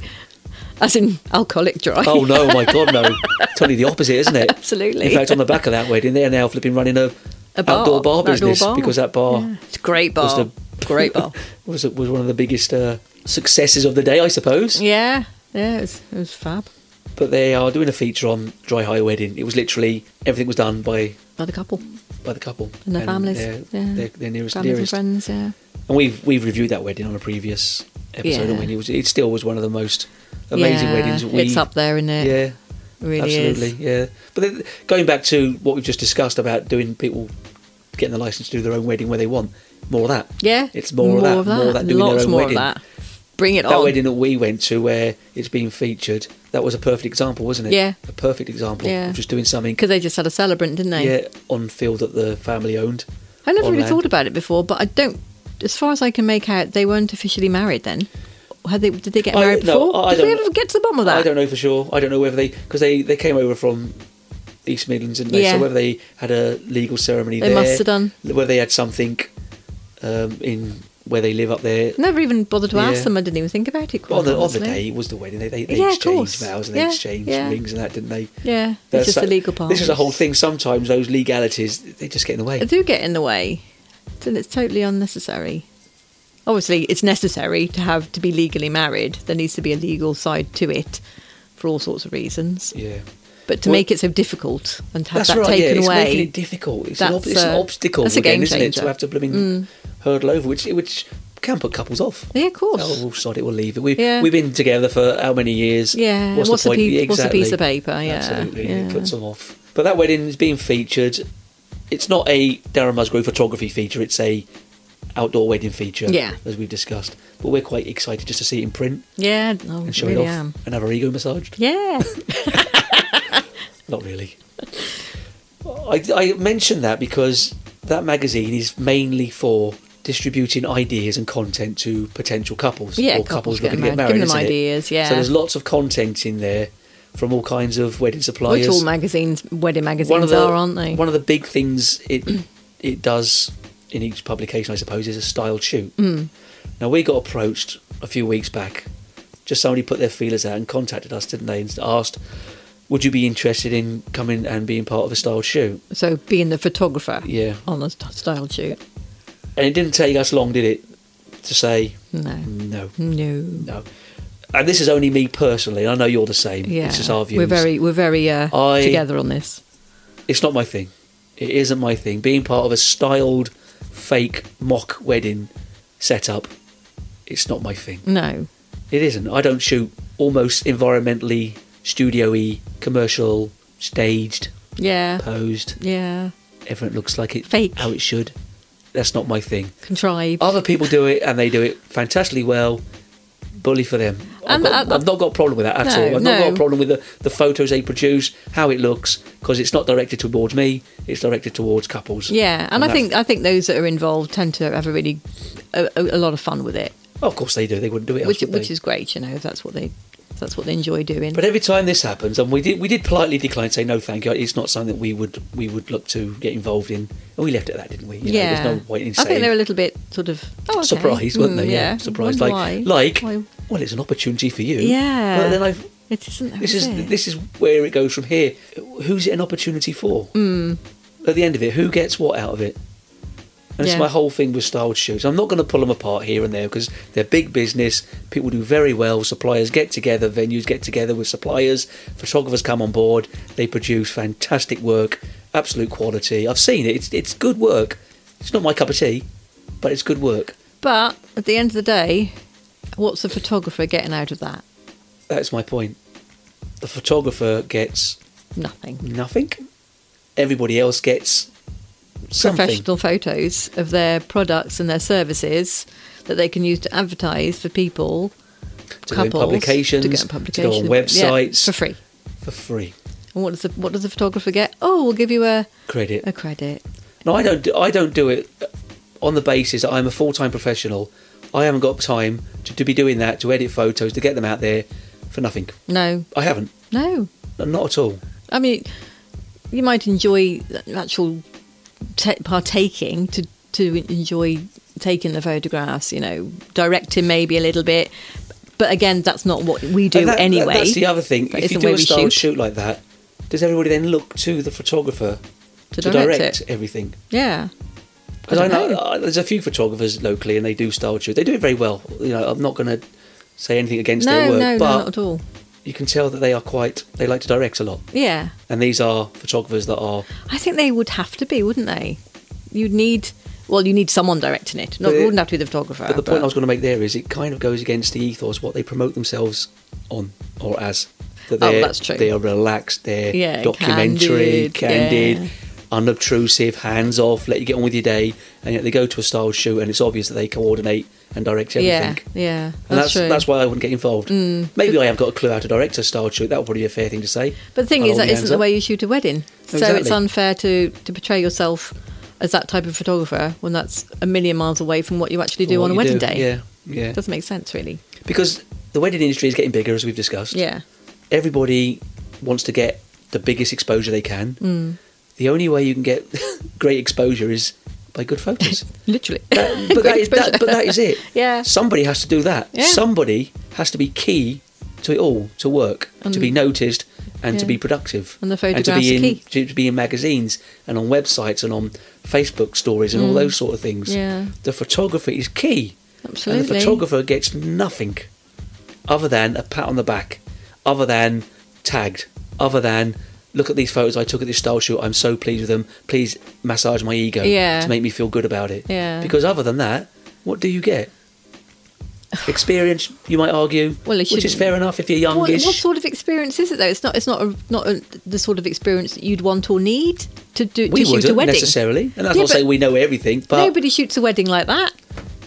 Speaker 2: as in alcoholic dry.
Speaker 1: Oh no, my God, no! totally the opposite, isn't it?
Speaker 2: Absolutely.
Speaker 1: In fact, on the back of that wedding, they're now flipping running a,
Speaker 2: A bar,
Speaker 1: outdoor bar
Speaker 2: outdoor
Speaker 1: business
Speaker 2: bar.
Speaker 1: because that bar
Speaker 2: Yeah. It's a great
Speaker 1: was
Speaker 2: bar.
Speaker 1: the
Speaker 2: great bar.
Speaker 1: was was one of the biggest uh, successes of the day, I suppose.
Speaker 2: Yeah, yeah, it was, it was fab.
Speaker 1: But they are doing a feature on dry hire wedding. It was literally everything was done by
Speaker 2: By the couple
Speaker 1: by the couple
Speaker 2: and their families.
Speaker 1: their,
Speaker 2: yeah.
Speaker 1: their, their nearest
Speaker 2: families
Speaker 1: dearest. And,
Speaker 2: and friends. Yeah,
Speaker 1: we've we've reviewed that wedding on a previous episode, and
Speaker 2: Yeah.
Speaker 1: when it was it still was one of the most amazing
Speaker 2: Yeah,
Speaker 1: weddings. We,
Speaker 2: it's up there, isn't it?
Speaker 1: Yeah,
Speaker 2: It really
Speaker 1: absolutely.
Speaker 2: is.
Speaker 1: Yeah, but then, going back to what we've just discussed about doing people getting the license to do their own wedding where they want, more of that.
Speaker 2: Yeah,
Speaker 1: It's more of that, more of that doing their
Speaker 2: lots
Speaker 1: own
Speaker 2: more
Speaker 1: wedding.
Speaker 2: of that. Bring it
Speaker 1: That
Speaker 2: on.
Speaker 1: wedding that we went to where it's been featured, that was a perfect example, wasn't it?
Speaker 2: Yeah.
Speaker 1: a perfect example
Speaker 2: Yeah.
Speaker 1: of just doing something.
Speaker 2: because they just had a celebrant, didn't they?
Speaker 1: Yeah, on field that the family owned.
Speaker 2: I never
Speaker 1: on
Speaker 2: really
Speaker 1: land.
Speaker 2: thought about it before, but I don't. As far as I can make out, they weren't officially married then. Had they? Did they get
Speaker 1: I-
Speaker 2: married
Speaker 1: no,
Speaker 2: before?
Speaker 1: I
Speaker 2: did we
Speaker 1: don't-
Speaker 2: ever get to the bottom of that?
Speaker 1: I don't know for sure. I don't know whether they because they they came over from East Midlands, didn't they?
Speaker 2: Yeah.
Speaker 1: So whether they had a legal ceremony
Speaker 2: They
Speaker 1: there,
Speaker 2: must have done.
Speaker 1: Whether they had something um, in where they live up there.
Speaker 2: Never even bothered to
Speaker 1: Yeah.
Speaker 2: ask them. I didn't even think about it. Quite
Speaker 1: Well, on the, on the
Speaker 2: honestly.
Speaker 1: day it was the wedding. They, they, they
Speaker 2: Yeah, of
Speaker 1: exchanged
Speaker 2: course.
Speaker 1: vows and they
Speaker 2: Yeah,
Speaker 1: exchanged
Speaker 2: yeah.
Speaker 1: rings and that, didn't they?
Speaker 2: Yeah,
Speaker 1: That's
Speaker 2: it's just
Speaker 1: that-
Speaker 2: the legal part.
Speaker 1: This is the whole thing. Sometimes those legalities they just get in the way.
Speaker 2: They do get in the way. So it's totally unnecessary. obviously it's necessary to have to be legally married. There needs to be a legal side to it for all sorts of reasons.
Speaker 1: Yeah.
Speaker 2: But to
Speaker 1: Well-
Speaker 2: make it so difficult and to have
Speaker 1: That's
Speaker 2: that
Speaker 1: right. yeah,
Speaker 2: taken
Speaker 1: it's
Speaker 2: away,
Speaker 1: making it difficult. It's, an, ob-
Speaker 2: That's,
Speaker 1: it's an
Speaker 2: uh,
Speaker 1: obstacle
Speaker 2: that's a
Speaker 1: again,
Speaker 2: game
Speaker 1: isn't it? To
Speaker 2: changer. Mm.
Speaker 1: have to blooming hurdle over, which which can put couples off.
Speaker 2: yeah, of course.
Speaker 1: Oh, well, sod it, we'll leave it. We've,
Speaker 2: Yeah.
Speaker 1: we've been together for how many years?
Speaker 2: Yeah,
Speaker 1: What's,
Speaker 2: what's
Speaker 1: the
Speaker 2: a
Speaker 1: point?
Speaker 2: pe-
Speaker 1: Yeah,
Speaker 2: what's a
Speaker 1: exactly.
Speaker 2: piece of paper? Yeah,
Speaker 1: Absolutely. It
Speaker 2: yeah.
Speaker 1: puts them off. But that wedding is being featured. It's not a Darren Musgrove photography feature, it's a outdoor wedding feature,
Speaker 2: Yeah.
Speaker 1: as we've discussed. But we're quite excited just to see it in print
Speaker 2: yeah, oh,
Speaker 1: and show
Speaker 2: really
Speaker 1: it off
Speaker 2: am.
Speaker 1: and have our ego massaged.
Speaker 2: Yeah,
Speaker 1: Not really. I, I mentioned that because that magazine is mainly for distributing ideas and content to potential couples
Speaker 2: Yeah,
Speaker 1: or
Speaker 2: couples
Speaker 1: couples, looking to
Speaker 2: getting
Speaker 1: get
Speaker 2: married.
Speaker 1: married.
Speaker 2: Give
Speaker 1: isn't
Speaker 2: them
Speaker 1: it?
Speaker 2: ideas, yeah.
Speaker 1: So there's lots of content in there from all kinds of wedding
Speaker 2: which
Speaker 1: suppliers.
Speaker 2: all magazines, wedding magazines
Speaker 1: one of the
Speaker 2: are, aren't they?
Speaker 1: one of the big things it it does in each publication, I suppose, is a styled shoot.
Speaker 2: Hmm.
Speaker 1: Now we got approached a few weeks back. Just somebody put their feelers out and contacted us, didn't they? And asked, "Would you be interested in coming and being part of a styled shoot?"
Speaker 2: so being the photographer,
Speaker 1: Yeah.
Speaker 2: on the st- style shoot,
Speaker 1: And it didn't take us long, did it, to say
Speaker 2: no,
Speaker 1: no,
Speaker 2: no,
Speaker 1: no. And this is only me personally. I know you're the same.
Speaker 2: yeah,
Speaker 1: It's just our views.
Speaker 2: we're very, we're very uh,
Speaker 1: I-
Speaker 2: together on this.
Speaker 1: it's not my thing. It isn't my thing. Being part of a styled, fake mock wedding setup, it's not my thing.
Speaker 2: No,
Speaker 1: It isn't. I don't shoot almost environmentally studio-y, commercial, staged,
Speaker 2: yeah,
Speaker 1: posed.
Speaker 2: yeah,
Speaker 1: Everything looks like it,
Speaker 2: Fake.
Speaker 1: how it should. That's not my thing.
Speaker 2: contrived.
Speaker 1: Other people do it and they do it fantastically well. Bully for them. I've,
Speaker 2: And
Speaker 1: got,
Speaker 2: I- I-
Speaker 1: I've not got a problem with that at
Speaker 2: No,
Speaker 1: all. I've not got
Speaker 2: no.
Speaker 1: a problem with the, the photos they produce, how it looks, because it's not directed towards me. It's directed towards couples.
Speaker 2: Yeah, and, I
Speaker 1: that's-
Speaker 2: think I think those that are involved tend to have a really a, a, a lot of fun with it,
Speaker 1: Oh, of course they do. They wouldn't do it.
Speaker 2: which
Speaker 1: else, would
Speaker 2: which
Speaker 1: they?
Speaker 2: is great. You know, if that's what they if that's what they enjoy doing.
Speaker 1: But every time this happens, and we did, we did politely decline, say no, thank you. It's not something we would we would look to get involved in. And we left it at that, didn't we? You know,
Speaker 2: yeah,
Speaker 1: there's no point in
Speaker 2: I think
Speaker 1: saying-
Speaker 2: they're a little bit sort of oh, okay.
Speaker 1: surprised, weren't
Speaker 2: Mm,
Speaker 1: they? Yeah, surprised. Like,
Speaker 2: Wonder why.
Speaker 1: like,
Speaker 2: Why-
Speaker 1: well, it's an opportunity for you.
Speaker 2: Yeah.
Speaker 1: But then I've
Speaker 2: it isn't.
Speaker 1: this
Speaker 2: is
Speaker 1: is
Speaker 2: it?
Speaker 1: this is where it goes from here. Who's it an opportunity for? Mm. At the end of it, who gets what out of it? And
Speaker 2: Yeah.
Speaker 1: it's my whole thing with styled shoes. I'm not going to pull them apart here and there because they're big business. People do very well. Suppliers get together, venues get together with suppliers. Photographers come on board. They produce fantastic work, absolute quality. I've seen it. It's it's good work. It's not my cup of tea, but it's good work.
Speaker 2: But at the end of the day, what's the photographer getting out of that?
Speaker 1: That's my point. The photographer gets
Speaker 2: Nothing.
Speaker 1: nothing. Everybody else gets something.
Speaker 2: Professional photos of their products and their services that they can use to advertise for people,
Speaker 1: To go in
Speaker 2: couples,
Speaker 1: publications,
Speaker 2: to go on
Speaker 1: to go
Speaker 2: publications,
Speaker 1: on
Speaker 2: yeah,
Speaker 1: websites
Speaker 2: for free.
Speaker 1: for free.
Speaker 2: And what does the what does the photographer get? Oh, we'll give you a
Speaker 1: Credit.
Speaker 2: a credit.
Speaker 1: No, I don't. Do, I don't do it on the basis that I'm a full-time professional. I haven't got time to, to be doing that, to edit photos, to get them out there for nothing.
Speaker 2: No,
Speaker 1: I haven't.
Speaker 2: no.
Speaker 1: Not at all.
Speaker 2: I mean, you might enjoy the actual ta partaking to to enjoy taking the photographs. You know, directing maybe a little bit, but again, that's not what we do
Speaker 1: And that- that-
Speaker 2: anyway.
Speaker 1: that's the other thing.
Speaker 2: That
Speaker 1: if you
Speaker 2: isn't where
Speaker 1: do a
Speaker 2: we
Speaker 1: style
Speaker 2: shoot.
Speaker 1: shoot like that, does everybody then look to the photographer
Speaker 2: To
Speaker 1: to,
Speaker 2: direct
Speaker 1: direct,
Speaker 2: it.
Speaker 1: everything?
Speaker 2: Yeah,
Speaker 1: Because
Speaker 2: I
Speaker 1: I,
Speaker 2: don't
Speaker 1: know,
Speaker 2: know.
Speaker 1: uh, there's a few photographers locally, and they do style shoots. They do it very well. You know, I'm not going to say anything against
Speaker 2: no,
Speaker 1: their work,
Speaker 2: no, no,
Speaker 1: but
Speaker 2: not at all.
Speaker 1: you can tell that they are quite. They like to direct a lot,
Speaker 2: Yeah,
Speaker 1: and these are photographers that are.
Speaker 2: I think they would have to be, wouldn't they? You'd need. Well, you need someone directing it. Not,
Speaker 1: But
Speaker 2: it
Speaker 1: it-
Speaker 2: wouldn't have to be the photographer.
Speaker 1: But the point I was going to make there is, it kind of goes against the ethos what they promote themselves on or as. That
Speaker 2: Oh,
Speaker 1: they're-
Speaker 2: that's true.
Speaker 1: They are relaxed. They're
Speaker 2: Yeah,
Speaker 1: documentary,
Speaker 2: candid,
Speaker 1: candid.
Speaker 2: yeah.
Speaker 1: Unobtrusive, hands off, let you get on with your day, and yet they go to a style shoot, and it's obvious that they coordinate and direct everything.
Speaker 2: yeah, yeah, that's,
Speaker 1: And that's
Speaker 2: true. Mm.
Speaker 1: that's, why I wouldn't get involved. Maybe I have got a clue how to direct a style shoot. That would probably be a fair thing to say.
Speaker 2: But the thing
Speaker 1: I'll
Speaker 2: is,
Speaker 1: hold
Speaker 2: that
Speaker 1: my
Speaker 2: isn't
Speaker 1: hands
Speaker 2: the
Speaker 1: up.
Speaker 2: way you shoot a wedding. So it's
Speaker 1: Exactly.
Speaker 2: unfair to, to portray yourself as that type of photographer when that's a million miles away from what you actually do
Speaker 1: Or
Speaker 2: on a
Speaker 1: what you
Speaker 2: wedding day.
Speaker 1: Yeah, yeah.
Speaker 2: It doesn't make sense, really.
Speaker 1: Because the wedding industry is getting bigger, as we've discussed.
Speaker 2: Yeah.
Speaker 1: Everybody wants to get the biggest exposure they can.
Speaker 2: Hmm.
Speaker 1: The only way you can get great exposure is by good photos.
Speaker 2: Literally.
Speaker 1: That- but, that
Speaker 2: Great
Speaker 1: is, that,
Speaker 2: exposure.
Speaker 1: but that is it.
Speaker 2: Yeah.
Speaker 1: Somebody has to do that.
Speaker 2: Yeah.
Speaker 1: Somebody has to be key to it all, to work, to be noticed, and to
Speaker 2: yeah.
Speaker 1: be productive.
Speaker 2: And the
Speaker 1: to
Speaker 2: photographs
Speaker 1: be
Speaker 2: are
Speaker 1: in,
Speaker 2: key.
Speaker 1: To, to be in magazines and on websites and on Facebook stories and all those sort of things.
Speaker 2: Hmm. Yeah.
Speaker 1: The photography is key. And the
Speaker 2: Absolutely.
Speaker 1: photographer gets nothing other than a pat on the back, other than tagged, other than look at these photos I took at this style shoot. I'm so pleased with them. Please massage my ego
Speaker 2: Yeah.
Speaker 1: to make me feel good about it.
Speaker 2: Yeah.
Speaker 1: Because other than that, what do you get? Experience, you might argue,
Speaker 2: Well, it
Speaker 1: which is
Speaker 2: shouldn't-
Speaker 1: fair enough if you're
Speaker 2: What,
Speaker 1: youngish.
Speaker 2: what sort of experience is it though? It's not. It's not a, not a, the sort of experience that you'd want or need to do
Speaker 1: we
Speaker 2: to shoot a
Speaker 1: wouldn't
Speaker 2: wedding.
Speaker 1: necessarily, and that's
Speaker 2: Yeah,
Speaker 1: not saying
Speaker 2: but-
Speaker 1: we know everything, but
Speaker 2: Nobody shoots a wedding like that.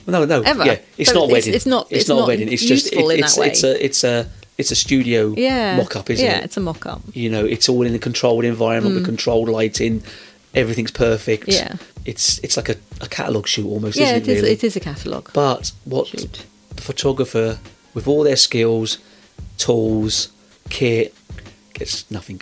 Speaker 1: No, no,
Speaker 2: Ever.
Speaker 1: Yeah, it's
Speaker 2: So
Speaker 1: not
Speaker 2: it's-
Speaker 1: wedding.
Speaker 2: it's not-
Speaker 1: It's,
Speaker 2: it's
Speaker 1: not,
Speaker 2: not
Speaker 1: wedding. It's just
Speaker 2: useful in
Speaker 1: it's
Speaker 2: that
Speaker 1: it's
Speaker 2: way.
Speaker 1: a it's a it's a studio
Speaker 2: Yeah.
Speaker 1: mock-up, isn't
Speaker 2: yeah,
Speaker 1: it?
Speaker 2: it's a mock-up.
Speaker 1: you know, it's all in a controlled environment with controlled lighting. Everything's perfect.
Speaker 2: Hmm. Yeah.
Speaker 1: it's it's like a, a catalog shoot almost,
Speaker 2: Yeah,
Speaker 1: isn't it?
Speaker 2: it is.
Speaker 1: Really,
Speaker 2: It is a catalogue.
Speaker 1: but what
Speaker 2: Shoot.
Speaker 1: the photographer, with all their skills, tools, kit, gets nothing.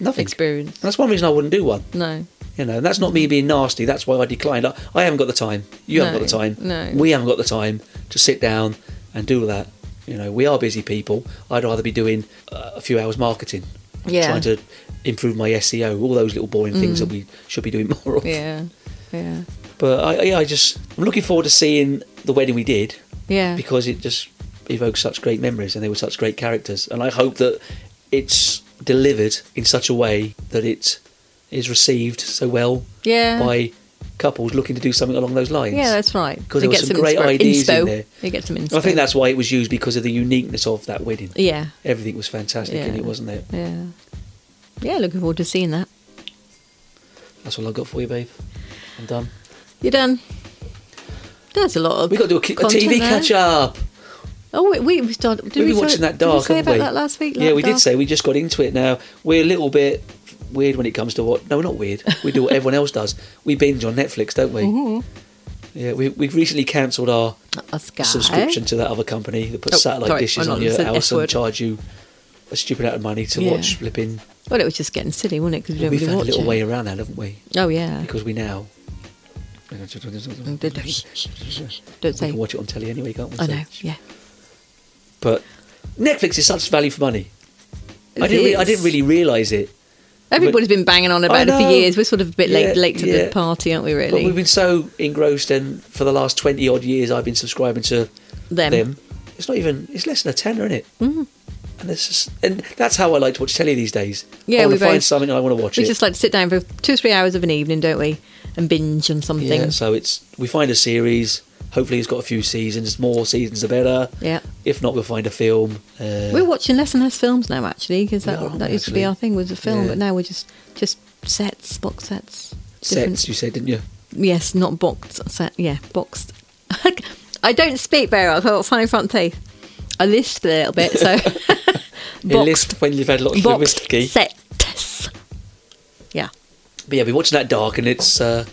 Speaker 1: Nothing.
Speaker 2: Hmm. Experience.
Speaker 1: And that's one reason I wouldn't do one.
Speaker 2: No.
Speaker 1: You know, and that's not me being nasty. That's why I declined. I, I haven't got the time. You haven't got the
Speaker 2: No,
Speaker 1: time.
Speaker 2: no.
Speaker 1: We haven't got the time to sit down and do that. You know, we are busy people. I'd rather be doing uh, a few hours marketing,
Speaker 2: Yeah. Mm.
Speaker 1: trying to improve my SEO, all those little boring things that we should be doing more of.
Speaker 2: Yeah. Yeah.
Speaker 1: But I, yeah, I just I'm looking forward to seeing the wedding we did
Speaker 2: Yeah.
Speaker 1: because it just evokes such great memories and they were such great characters. And I hope that it's delivered in such a way that it is received so well
Speaker 2: yeah.
Speaker 1: by couples looking to do something along those lines.
Speaker 2: yeah, that's right.
Speaker 1: 'Cause
Speaker 2: They
Speaker 1: there were some great
Speaker 2: inspo.
Speaker 1: ideas in
Speaker 2: inspo.
Speaker 1: there.
Speaker 2: They get some inspo.
Speaker 1: I think that's why it was used because of the uniqueness of that wedding.
Speaker 2: Yeah.
Speaker 1: Everything was fantastic in
Speaker 2: Yeah.
Speaker 1: it, wasn't it?
Speaker 2: Yeah. Yeah. Looking forward to seeing that.
Speaker 1: That's all I've got for you, babe. I'm done.
Speaker 2: You're done. There's a lot of.
Speaker 1: We've got to do a, ki- a
Speaker 2: content
Speaker 1: TV
Speaker 2: there.
Speaker 1: catch up.
Speaker 2: Oh, we, we we started. Did
Speaker 1: We've
Speaker 2: we
Speaker 1: been
Speaker 2: say-
Speaker 1: watching that dark,
Speaker 2: Did we say
Speaker 1: haven't
Speaker 2: about
Speaker 1: we?
Speaker 2: that last week?
Speaker 1: Yeah,
Speaker 2: Like
Speaker 1: we
Speaker 2: Dark?
Speaker 1: did say we just got into it. Now we're a little bit weird when it comes to what. No, we're not weird. We do what everyone else does. We binge on Netflix, don't we?
Speaker 2: Mm-hmm.
Speaker 1: Yeah, we, we've recently cancelled our
Speaker 2: A sky.
Speaker 1: subscription to that other company that puts
Speaker 2: Oh,
Speaker 1: satellite
Speaker 2: sorry,
Speaker 1: dishes
Speaker 2: I'm not
Speaker 1: on your
Speaker 2: saying
Speaker 1: house and
Speaker 2: S-word.
Speaker 1: charge you a stupid amount of money to
Speaker 2: Yeah.
Speaker 1: watch flipping.
Speaker 2: Well, it was just getting silly, wasn't it? Because we
Speaker 1: we
Speaker 2: don't really
Speaker 1: found a
Speaker 2: watch
Speaker 1: little
Speaker 2: it.
Speaker 1: way around that, haven't we?
Speaker 2: Oh yeah.
Speaker 1: Because we now.
Speaker 2: Don't
Speaker 1: We
Speaker 2: say.
Speaker 1: can watch it on telly anyway, can't we?
Speaker 2: I
Speaker 1: So-
Speaker 2: know. Yeah.
Speaker 1: But Netflix is such value for money. I
Speaker 2: It
Speaker 1: didn't. Re- I
Speaker 2: is.
Speaker 1: didn't really realise it.
Speaker 2: Everybody's been banging on
Speaker 1: I
Speaker 2: about it for
Speaker 1: know.
Speaker 2: years. We're sort of a bit late,
Speaker 1: Yeah,
Speaker 2: late to
Speaker 1: yeah.
Speaker 2: the party, aren't we?
Speaker 1: But we've
Speaker 2: Really,
Speaker 1: been so engrossed, and for the last twenty odd years, I've been subscribing to
Speaker 2: them. Mm-hmm.
Speaker 1: them. It's not even. It's less than a tenner, isn't it? Mm. And this is, and that's how I like to watch telly these days. I
Speaker 2: Yeah,
Speaker 1: want
Speaker 2: we
Speaker 1: to find
Speaker 2: both-
Speaker 1: something and I want to watch
Speaker 2: We
Speaker 1: it.
Speaker 2: just like to sit down for two or three hours of an evening, don't we? And binge on something.
Speaker 1: yeah, so it's we find a series. Hopefully, it's got a few seasons. More seasons, the better.
Speaker 2: Yeah.
Speaker 1: If not, we'll find a film. Uh,
Speaker 2: We're watching less and less films now, actually, because
Speaker 1: We
Speaker 2: that,
Speaker 1: are, aren't
Speaker 2: that
Speaker 1: we,
Speaker 2: used to be
Speaker 1: actually?
Speaker 2: our thing was a film,
Speaker 1: Yeah.
Speaker 2: but now we're just just sets, box sets, different-
Speaker 1: sets. You said, didn't you?
Speaker 2: Yes, not boxed set. Yeah, boxed. I don't speak very well. I've got funny front teeth. I lisp a little bit, so
Speaker 1: You
Speaker 2: boxed,
Speaker 1: list when you've had lots of
Speaker 2: boxed
Speaker 1: whiskey.
Speaker 2: sets. Yeah.
Speaker 1: But yeah, we're watching that dark, and it's uh,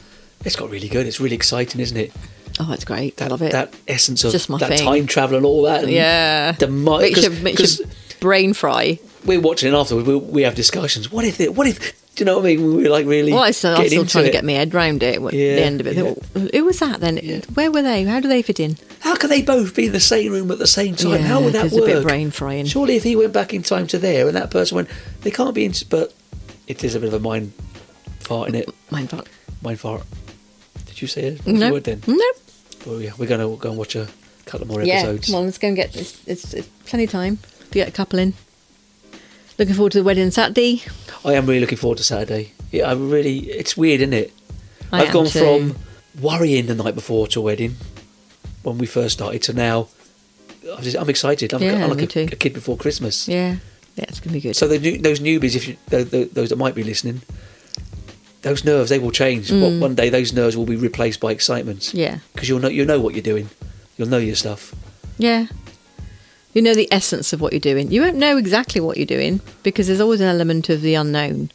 Speaker 1: it's got really good. It's really exciting, isn't it?
Speaker 2: Oh, it's great. I
Speaker 1: That,
Speaker 2: love it.
Speaker 1: That essence of
Speaker 2: Just my
Speaker 1: that
Speaker 2: thing.
Speaker 1: time travel and all that. And
Speaker 2: yeah.
Speaker 1: The mo-
Speaker 2: makes, your,
Speaker 1: 'cause-
Speaker 2: makes your
Speaker 1: 'cause-
Speaker 2: brain fry.
Speaker 1: we're watching it afterwards. We, we have discussions. What if it? What if? Do you know what I mean? We're like really.
Speaker 2: Well, I still, I'm
Speaker 1: getting
Speaker 2: still
Speaker 1: into
Speaker 2: trying
Speaker 1: it.
Speaker 2: to get my head round it at
Speaker 1: Yeah,
Speaker 2: the end of it. Who- Who was that then?
Speaker 1: Yeah.
Speaker 2: Where were they? How do they fit in?
Speaker 1: How can they both be in the same room at the same time?
Speaker 2: Yeah,
Speaker 1: How would that
Speaker 2: it's
Speaker 1: work?
Speaker 2: a bit brain frying.
Speaker 1: Surely, if he went back in time to there, and that person went, they can't be in. But it is a bit of a mind fart in it.
Speaker 2: Mind fuck.
Speaker 1: Mind fart. Did you say it?
Speaker 2: No.
Speaker 1: You would then.
Speaker 2: No.
Speaker 1: Well, yeah, we're gonna go and watch a couple more
Speaker 2: Yeah.
Speaker 1: episodes.
Speaker 2: Come on, let's go and get this. It's, it's plenty of time to get a couple in. Looking forward to the wedding Saturday.
Speaker 1: I am really looking forward to Saturday. Yeah, I really. It's weird, isn't it?
Speaker 2: I
Speaker 1: have
Speaker 2: am
Speaker 1: gone
Speaker 2: too.
Speaker 1: from worrying the night before to a wedding when we first started to now. I'm, just, I'm excited. I'm,
Speaker 2: Yeah,
Speaker 1: I'm
Speaker 2: me
Speaker 1: like a,
Speaker 2: too.
Speaker 1: a kid before Christmas.
Speaker 2: Yeah. Yeah, it's going to be good.
Speaker 1: So the, new- those newbies, if you, tho- tho- those that might be listening, those nerves they will change. What- One day those nerves will be replaced by excitement.
Speaker 2: Mm. yeah.
Speaker 1: Because you'll know you will know what you're doing. You'll know your stuff.
Speaker 2: Yeah. You know the essence of what you're doing. You won't know exactly what you're doing because there's always an element of the unknown,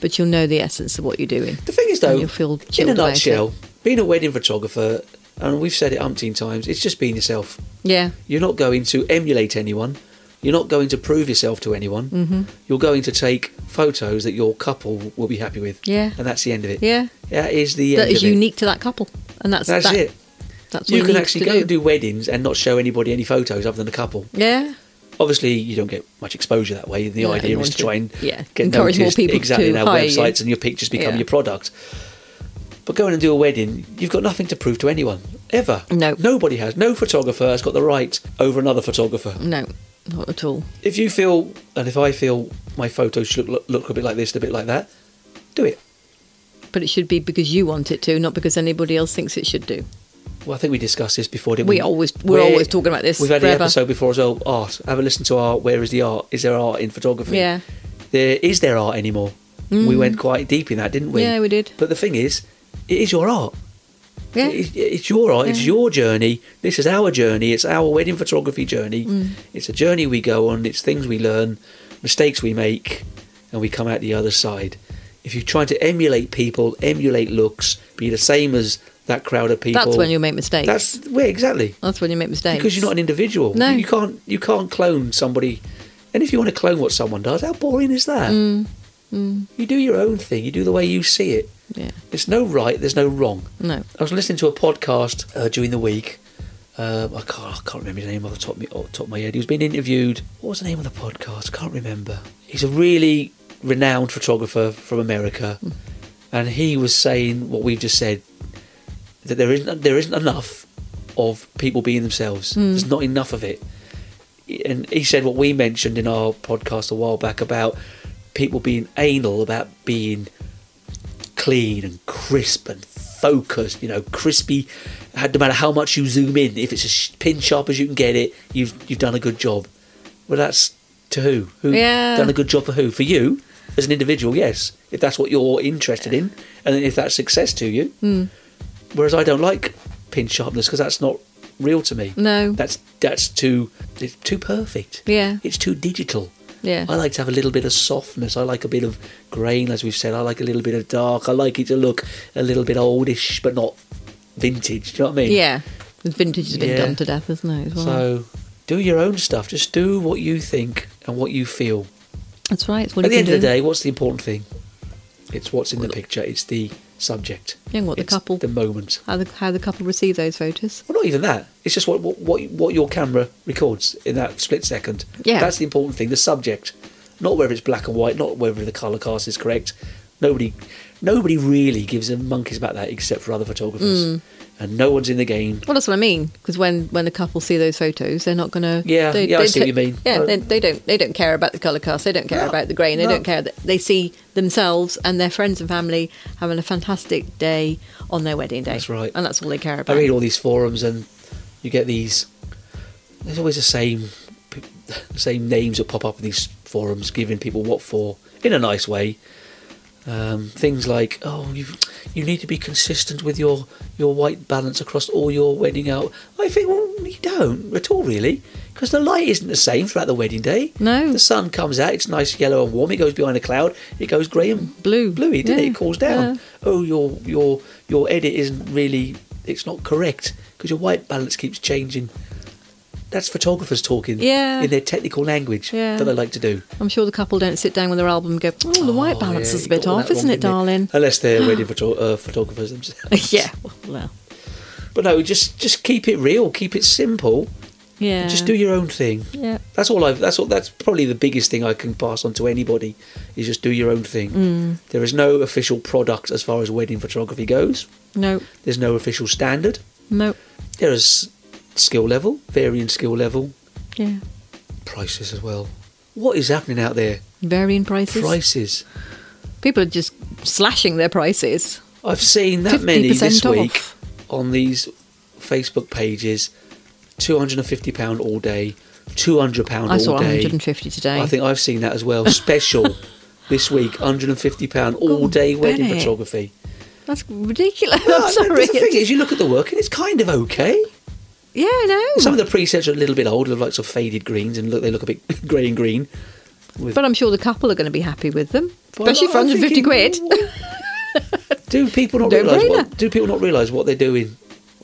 Speaker 2: but you'll know the essence of what you're doing.
Speaker 1: The thing is,
Speaker 2: And
Speaker 1: though,
Speaker 2: you'll feel
Speaker 1: in
Speaker 2: chilled
Speaker 1: a
Speaker 2: about
Speaker 1: nutshell, being a wedding photographer, and we've said it umpteen times, it's just being yourself.
Speaker 2: Yeah.
Speaker 1: You're not going to emulate anyone. You're not going to prove yourself to anyone. Mm-hmm. You're going to take photos that your couple will be happy with.
Speaker 2: Yeah.
Speaker 1: And that's the end of it.
Speaker 2: Yeah.
Speaker 1: That is the
Speaker 2: That
Speaker 1: end
Speaker 2: is
Speaker 1: of it.
Speaker 2: unique to that couple. And that's
Speaker 1: That's
Speaker 2: that,
Speaker 1: it.
Speaker 2: That's what
Speaker 1: You can
Speaker 2: need
Speaker 1: actually
Speaker 2: to
Speaker 1: go and do weddings and not show anybody any photos other than a couple.
Speaker 2: Yeah.
Speaker 1: Obviously, you don't get much exposure that way. The
Speaker 2: No,
Speaker 1: idea
Speaker 2: you
Speaker 1: is
Speaker 2: want
Speaker 1: to
Speaker 2: to-
Speaker 1: try and
Speaker 2: yeah,
Speaker 1: get
Speaker 2: encourage more
Speaker 1: noticed
Speaker 2: people
Speaker 1: exactly
Speaker 2: to
Speaker 1: in our
Speaker 2: hire you.
Speaker 1: websites, and your pictures become
Speaker 2: Yeah.
Speaker 1: your product. But going and do a wedding, you've got nothing to prove to anyone. ever.
Speaker 2: No.
Speaker 1: Nobody has. No photographer has got the right over another photographer.
Speaker 2: No, not at all.
Speaker 1: If you feel, and if I feel my photos should look, look a bit like this, and a bit like that, do it.
Speaker 2: But it should be because you want it to, not because anybody else thinks it should do.
Speaker 1: Well, I think we discussed this before, didn't we?
Speaker 2: We always we're,
Speaker 1: We're-
Speaker 2: always talking about this.
Speaker 1: We've had an
Speaker 2: forever.
Speaker 1: episode before as well. Art. Have a listen to art. Where is the art? Is there art in photography?
Speaker 2: Yeah. Mm.
Speaker 1: There is there art anymore? We went quite deep in that, didn't we?
Speaker 2: Yeah, we did.
Speaker 1: But the thing is, it is your art.
Speaker 2: Yeah.
Speaker 1: It- it's your art. It's
Speaker 2: Yeah.
Speaker 1: your journey. This is our journey. It's our wedding photography journey.
Speaker 2: Mm.
Speaker 1: It's a journey we go on. It's things we learn, mistakes we make, and we come out the other side. If you try to emulate people, emulate looks, be the same as that crowd of people.
Speaker 2: That's when you make mistakes.
Speaker 1: That's where exactly
Speaker 2: That's when you make mistakes.
Speaker 1: because you're not an individual.
Speaker 2: No.
Speaker 1: you can't you can't clone somebody. And if you want to clone what someone does, how boring is that?
Speaker 2: Mm.
Speaker 1: You do your own thing. You do the way you see it.
Speaker 2: Yeah.
Speaker 1: There's no right. There's no wrong.
Speaker 2: No.
Speaker 1: I was listening to a podcast uh, during the week. Um, I can't I can't remember his name off the top of, me, off the top of my head. He was being interviewed. What was the name of the podcast? Can't remember. He's a really renowned photographer from America, and he was saying what we've just said that there isn't there isn't enough of people being themselves. There's not enough of it. And he said what we mentioned in our podcast a while back about people being anal about being clean and crisp and focused. You know, crispy. had- No matter how much you zoom in, if it's as sh- pin sharp as you can get it, you've you've done a good job. Well, that's to who? Who
Speaker 2: Yeah.
Speaker 1: done a good job for who? For you as an individual, yes. If that's what you're interested in, and if that's success to you.
Speaker 2: Hmm.
Speaker 1: Whereas I don't like pin sharpness because that's not real to me.
Speaker 2: No.
Speaker 1: That's that's too it's too perfect.
Speaker 2: Yeah.
Speaker 1: It's too digital.
Speaker 2: Yeah.
Speaker 1: I like to have a little bit of softness. I like a bit of grain, as we've said. I like a little bit of dark. I like it to look a little bit oldish, but not vintage. Do you know what I mean?
Speaker 2: yeah. The vintage has been
Speaker 1: Yeah.
Speaker 2: done to death, hasn't it? As well?
Speaker 1: So do your own stuff. Just do what you think and what you feel.
Speaker 2: That's right. It's what
Speaker 1: At the
Speaker 2: you
Speaker 1: end
Speaker 2: can
Speaker 1: of the
Speaker 2: do.
Speaker 1: day, what's the important thing? It's what's in the picture. It's the subject.
Speaker 2: Yeah, and what the
Speaker 1: It's
Speaker 2: couple-
Speaker 1: The moment.
Speaker 2: How the, how the couple receive those photos.
Speaker 1: Well, not even that. It's just what what what, what your camera records in that split second.
Speaker 2: Yeah.
Speaker 1: that's the important thing. The subject, not whether it's black and white, not whether the color cast is correct. Nobody, nobody really gives a monkeys about that except for other photographers, and no one's in the game.
Speaker 2: Well, that's what I mean. Because when when a couple see those photos, they're not going to.
Speaker 1: Yeah, yeah, I see what you mean.
Speaker 2: Yeah,
Speaker 1: Uh,
Speaker 2: they, they don't they don't care about the colour cast. They don't care
Speaker 1: No,
Speaker 2: about the grain. They
Speaker 1: no.
Speaker 2: don't care. That they see themselves and their friends and family having a fantastic day on their wedding day.
Speaker 1: That's right.
Speaker 2: and that's all they care
Speaker 1: I
Speaker 2: about.
Speaker 1: read all these forums, and you get these. There's always the same, p- the same names that pop up in these forums, giving people what for in a nice way. Um, things like, oh, you you need to be consistent with your your white balance across all your wedding out. I think, well, you don't at all, really, because the light isn't the same throughout the wedding day.
Speaker 2: No.
Speaker 1: the sun comes out; it's nice yellow and warm. It goes behind a cloud. It goes grey and
Speaker 2: Blue.
Speaker 1: bluey, doesn't it?
Speaker 2: Yeah.
Speaker 1: It cools down
Speaker 2: Yeah.
Speaker 1: oh your your your edit isn't really it's not correct because your white balance keeps changing that's photographers talking
Speaker 2: Yeah.
Speaker 1: in their technical language
Speaker 2: Yeah.
Speaker 1: that they like to do
Speaker 2: I'm sure the couple don't sit down with their album and go, "Oh, the white
Speaker 1: Oh,
Speaker 2: balance
Speaker 1: yeah,
Speaker 2: is a
Speaker 1: you
Speaker 2: bit
Speaker 1: got all
Speaker 2: off,
Speaker 1: that
Speaker 2: isn't
Speaker 1: wrong,
Speaker 2: it,
Speaker 1: didn't
Speaker 2: darling?"
Speaker 1: unless they're wedding photo- uh, photographers themselves
Speaker 2: yeah. Well,
Speaker 1: but no just just keep it real keep it simple
Speaker 2: yeah.
Speaker 1: just do your own thing
Speaker 2: Yeah.
Speaker 1: that's all I've. That's all. That's probably the biggest thing I can pass on to anybody is just do your own thing.
Speaker 2: Mm.
Speaker 1: There is no official product as far as wedding photography goes.
Speaker 2: No.
Speaker 1: There's no official standard.
Speaker 2: No.
Speaker 1: There is skill level, varying skill level,
Speaker 2: Yeah.
Speaker 1: prices as well. What is happening out there?
Speaker 2: Varying prices.
Speaker 1: Prices.
Speaker 2: People are just slashing their prices.
Speaker 1: I've seen that many
Speaker 2: 50%
Speaker 1: this
Speaker 2: off.
Speaker 1: week on these Facebook pages. Two hundred and fifty pound all day, two hundred pound
Speaker 2: I
Speaker 1: all
Speaker 2: saw
Speaker 1: day.
Speaker 2: 150 today.
Speaker 1: I think I've seen that as well. Special this week, hundred and fifty pound all
Speaker 2: God,
Speaker 1: day wedding
Speaker 2: Bennett.
Speaker 1: photography.
Speaker 2: That's ridiculous.
Speaker 1: No,
Speaker 2: I'm sorry.
Speaker 1: The thing is, you look at the work and it's kind of okay.
Speaker 2: yeah, I know.
Speaker 1: Some of the presets are a little bit old, with like sort of faded greens, and look they look a bit grey and green. With
Speaker 2: but I'm sure the couple are going to be happy with them,
Speaker 1: Well,
Speaker 2: especially for
Speaker 1: I'm
Speaker 2: 150
Speaker 1: thinking,
Speaker 2: quid.
Speaker 1: do people not
Speaker 2: No
Speaker 1: realise what
Speaker 2: brainer.
Speaker 1: do people not realise what they're doing to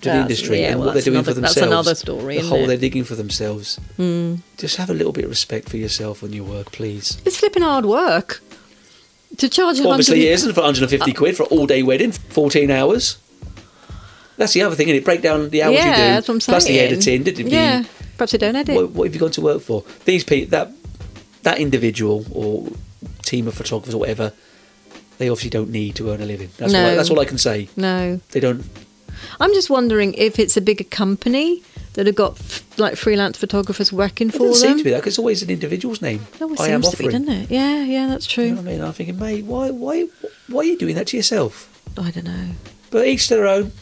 Speaker 1: the
Speaker 2: That's-
Speaker 1: industry
Speaker 2: yeah,
Speaker 1: and
Speaker 2: well,
Speaker 1: what they're
Speaker 2: that's
Speaker 1: doing for
Speaker 2: another- that's
Speaker 1: themselves?
Speaker 2: another story,
Speaker 1: The
Speaker 2: isn't
Speaker 1: hole
Speaker 2: it? Hmm.
Speaker 1: they're digging for themselves. Mm. Just have a little bit of respect for yourself and your work, please.
Speaker 2: It's flipping hard work to charge. a
Speaker 1: Well, obviously, it
Speaker 2: 100
Speaker 1: isn't for
Speaker 2: Uh,
Speaker 1: 150 quid for an all-day wedding, 14 hours. That's the other thing, and it break down the hours
Speaker 2: yeah,
Speaker 1: you do
Speaker 2: that's what I'm saying.
Speaker 1: plus the editing. Did it be
Speaker 2: Yeah, perhaps they don't edit.
Speaker 1: what, what have you gone to work for? These people, that that individual or team of photographers or whatever, they obviously don't need to earn a living. That's, all, I,
Speaker 2: No.
Speaker 1: that's all I can say.
Speaker 2: no,
Speaker 1: They don't.
Speaker 2: I'm just wondering if it's a bigger company that have got f- like freelance photographers working
Speaker 1: It
Speaker 2: for
Speaker 1: doesn't seem
Speaker 2: them.
Speaker 1: to be that 'cause it's always an individual's name.
Speaker 2: It always
Speaker 1: I am
Speaker 2: seems to be,
Speaker 1: offering.
Speaker 2: doesn't it? Yeah, yeah, that's true.
Speaker 1: You know what I mean? I'm thinking, mate, why, why, why are you doing that to yourself?
Speaker 2: I don't know.
Speaker 1: But each to their own.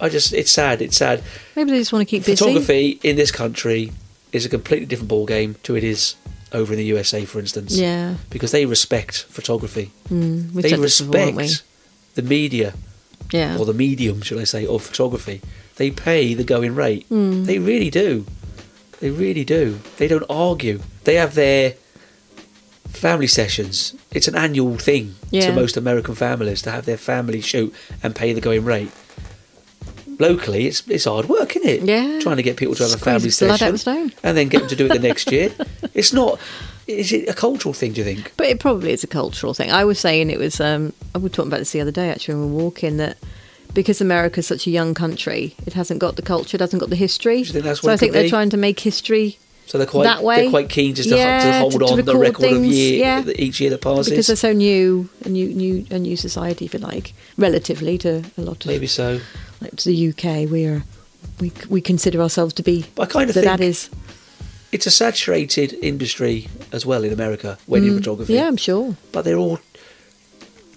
Speaker 1: I just, it's sad. It's sad.
Speaker 2: Maybe they just want to keep busy.
Speaker 1: Photography in this country is a completely different ball game to it is over in the USA, for instance.
Speaker 2: Yeah,
Speaker 1: Because they respect photography.
Speaker 2: mm, we've
Speaker 1: they
Speaker 2: said this before, haven't
Speaker 1: respect
Speaker 2: we?
Speaker 1: the media
Speaker 2: Yeah,
Speaker 1: or the medium, should I say, of photography. They pay the going rate.
Speaker 2: Mm.
Speaker 1: They really do. They really do. They don't argue. They have their family sessions. It's an annual thing
Speaker 2: Yeah.
Speaker 1: to most American families to have their family shoot and pay the going rate. Locally, it's it's hard work, isn't it?
Speaker 2: Yeah.
Speaker 1: Trying to get people to have a
Speaker 2: Squeeze
Speaker 1: family
Speaker 2: blood out
Speaker 1: session
Speaker 2: of stone.
Speaker 1: and then get them to do it the next year. It's not. Is it a cultural thing? Do you think?
Speaker 2: But it probably is a cultural thing. I was saying it was. Um, I was talking about this the other day actually when we were walking that because America's such a young country, it hasn't got the culture, it hasn't got the history.
Speaker 1: you think that's
Speaker 2: so
Speaker 1: what
Speaker 2: I
Speaker 1: it
Speaker 2: think
Speaker 1: could
Speaker 2: they're
Speaker 1: be?
Speaker 2: trying to make history
Speaker 1: So they're quite
Speaker 2: That way.
Speaker 1: they're quite keen just to, to
Speaker 2: Yeah,
Speaker 1: hold
Speaker 2: to- to
Speaker 1: on the
Speaker 2: record
Speaker 1: record of
Speaker 2: things,
Speaker 1: year
Speaker 2: yeah.
Speaker 1: each year that passes.
Speaker 2: because they're so new, a new, new, a new society, if you like, relatively to a lot of
Speaker 1: Maybe so.
Speaker 2: like to the UK. We are we we consider ourselves to be.
Speaker 1: But I kind of
Speaker 2: that
Speaker 1: think
Speaker 2: that is.
Speaker 1: it's a saturated industry as well in America, wedding photography.
Speaker 2: Mm, Yeah, I'm sure.
Speaker 1: But they're all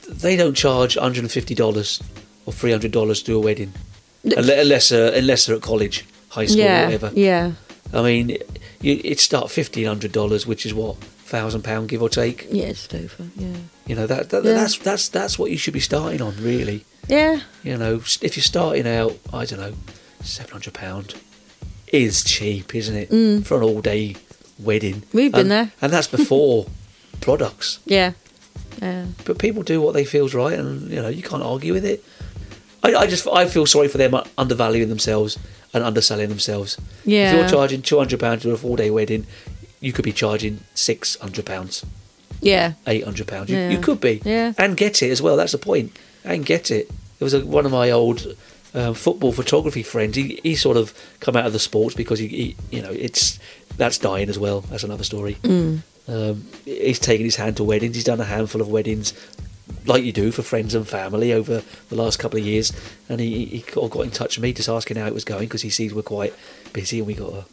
Speaker 1: they don't charge hundred and fifty dollars or three hundred dollars to do a wedding, Unle- unless uh, unless they're at college, high school, or
Speaker 2: yeah,
Speaker 1: whatever.
Speaker 2: yeah,
Speaker 1: I mean, you, it start fifteen hundred dollars, which is what thousand pound give or take.
Speaker 2: yeah. It's over. Yeah,
Speaker 1: You know that, that
Speaker 2: Yeah.
Speaker 1: that's that's that's what you should be starting on really.
Speaker 2: yeah.
Speaker 1: You know, s- if you're starting out, I don't know, seven hundred pound is cheap, isn't it,
Speaker 2: Mm.
Speaker 1: for an all-day wedding?
Speaker 2: We've been
Speaker 1: And-
Speaker 2: there.
Speaker 1: and that's before products.
Speaker 2: Yeah. Uh, Yeah.
Speaker 1: But people do what they feel's right, and you know you can't argue with it. I, I just I feel sorry for them undervaluing themselves and underselling themselves. If
Speaker 2: Yeah.
Speaker 1: you're charging two hundred pounds to do a four-day wedding, you could be charging six hundred pounds,
Speaker 2: Yeah.
Speaker 1: eight hundred pounds. You, you
Speaker 2: Yeah.
Speaker 1: could be,
Speaker 2: Yeah.
Speaker 1: and get it as well. That's the point, and get it. There was a, one of my old um, football photography friends. He, he sort of come out of the sports because he, he you know it's that's dying as well. That's another story.
Speaker 2: Mm.
Speaker 1: Um, he's taken his hand to weddings. He's done a handful of weddings, like you do for friends and family over the last couple of years. And he, he got got in touch with me just asking how it was going because he sees we're quite busy and we got a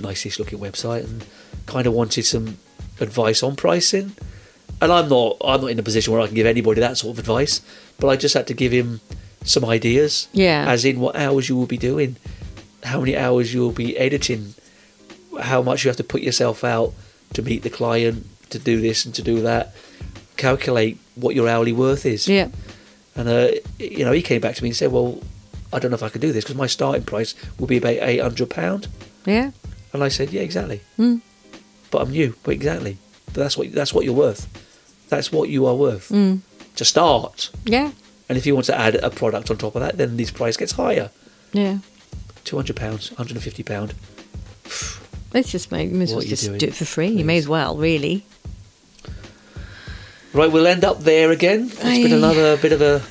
Speaker 1: nicest looking website and kind of wanted some advice on pricing. And I'm not I'm not in a position where I can give anybody that sort of advice, but I just had to give him some ideas.
Speaker 2: Yeah.
Speaker 1: As in what hours you will be doing, how many hours you'll be editing, how much you have to put yourself out to meet the client, to do this and to do that. Calculate what your hourly worth is.
Speaker 2: Yeah.
Speaker 1: And uh, you know, he came back to me and said, "Well, I don't know if I can do this because my starting price will be about eight hundred pound."
Speaker 2: Yeah.
Speaker 1: And I said, "Yeah, exactly.
Speaker 2: Mm.
Speaker 1: But I'm new. But exactly. But that's what that's what you're worth. That's what you are worth
Speaker 2: Mm.
Speaker 1: to start.
Speaker 2: Yeah.
Speaker 1: And if you want to add a product on top of that, then this price gets higher.
Speaker 2: Yeah.
Speaker 1: Two hundred pounds, hundred and fifty pound.
Speaker 2: Let's just make. You may as
Speaker 1: What
Speaker 2: well
Speaker 1: are you
Speaker 2: just
Speaker 1: doing?
Speaker 2: do it for free. You may
Speaker 1: Please.
Speaker 2: as well, really.
Speaker 1: Right, we'll end up there again. It's been
Speaker 2: Aye.
Speaker 1: another bit of a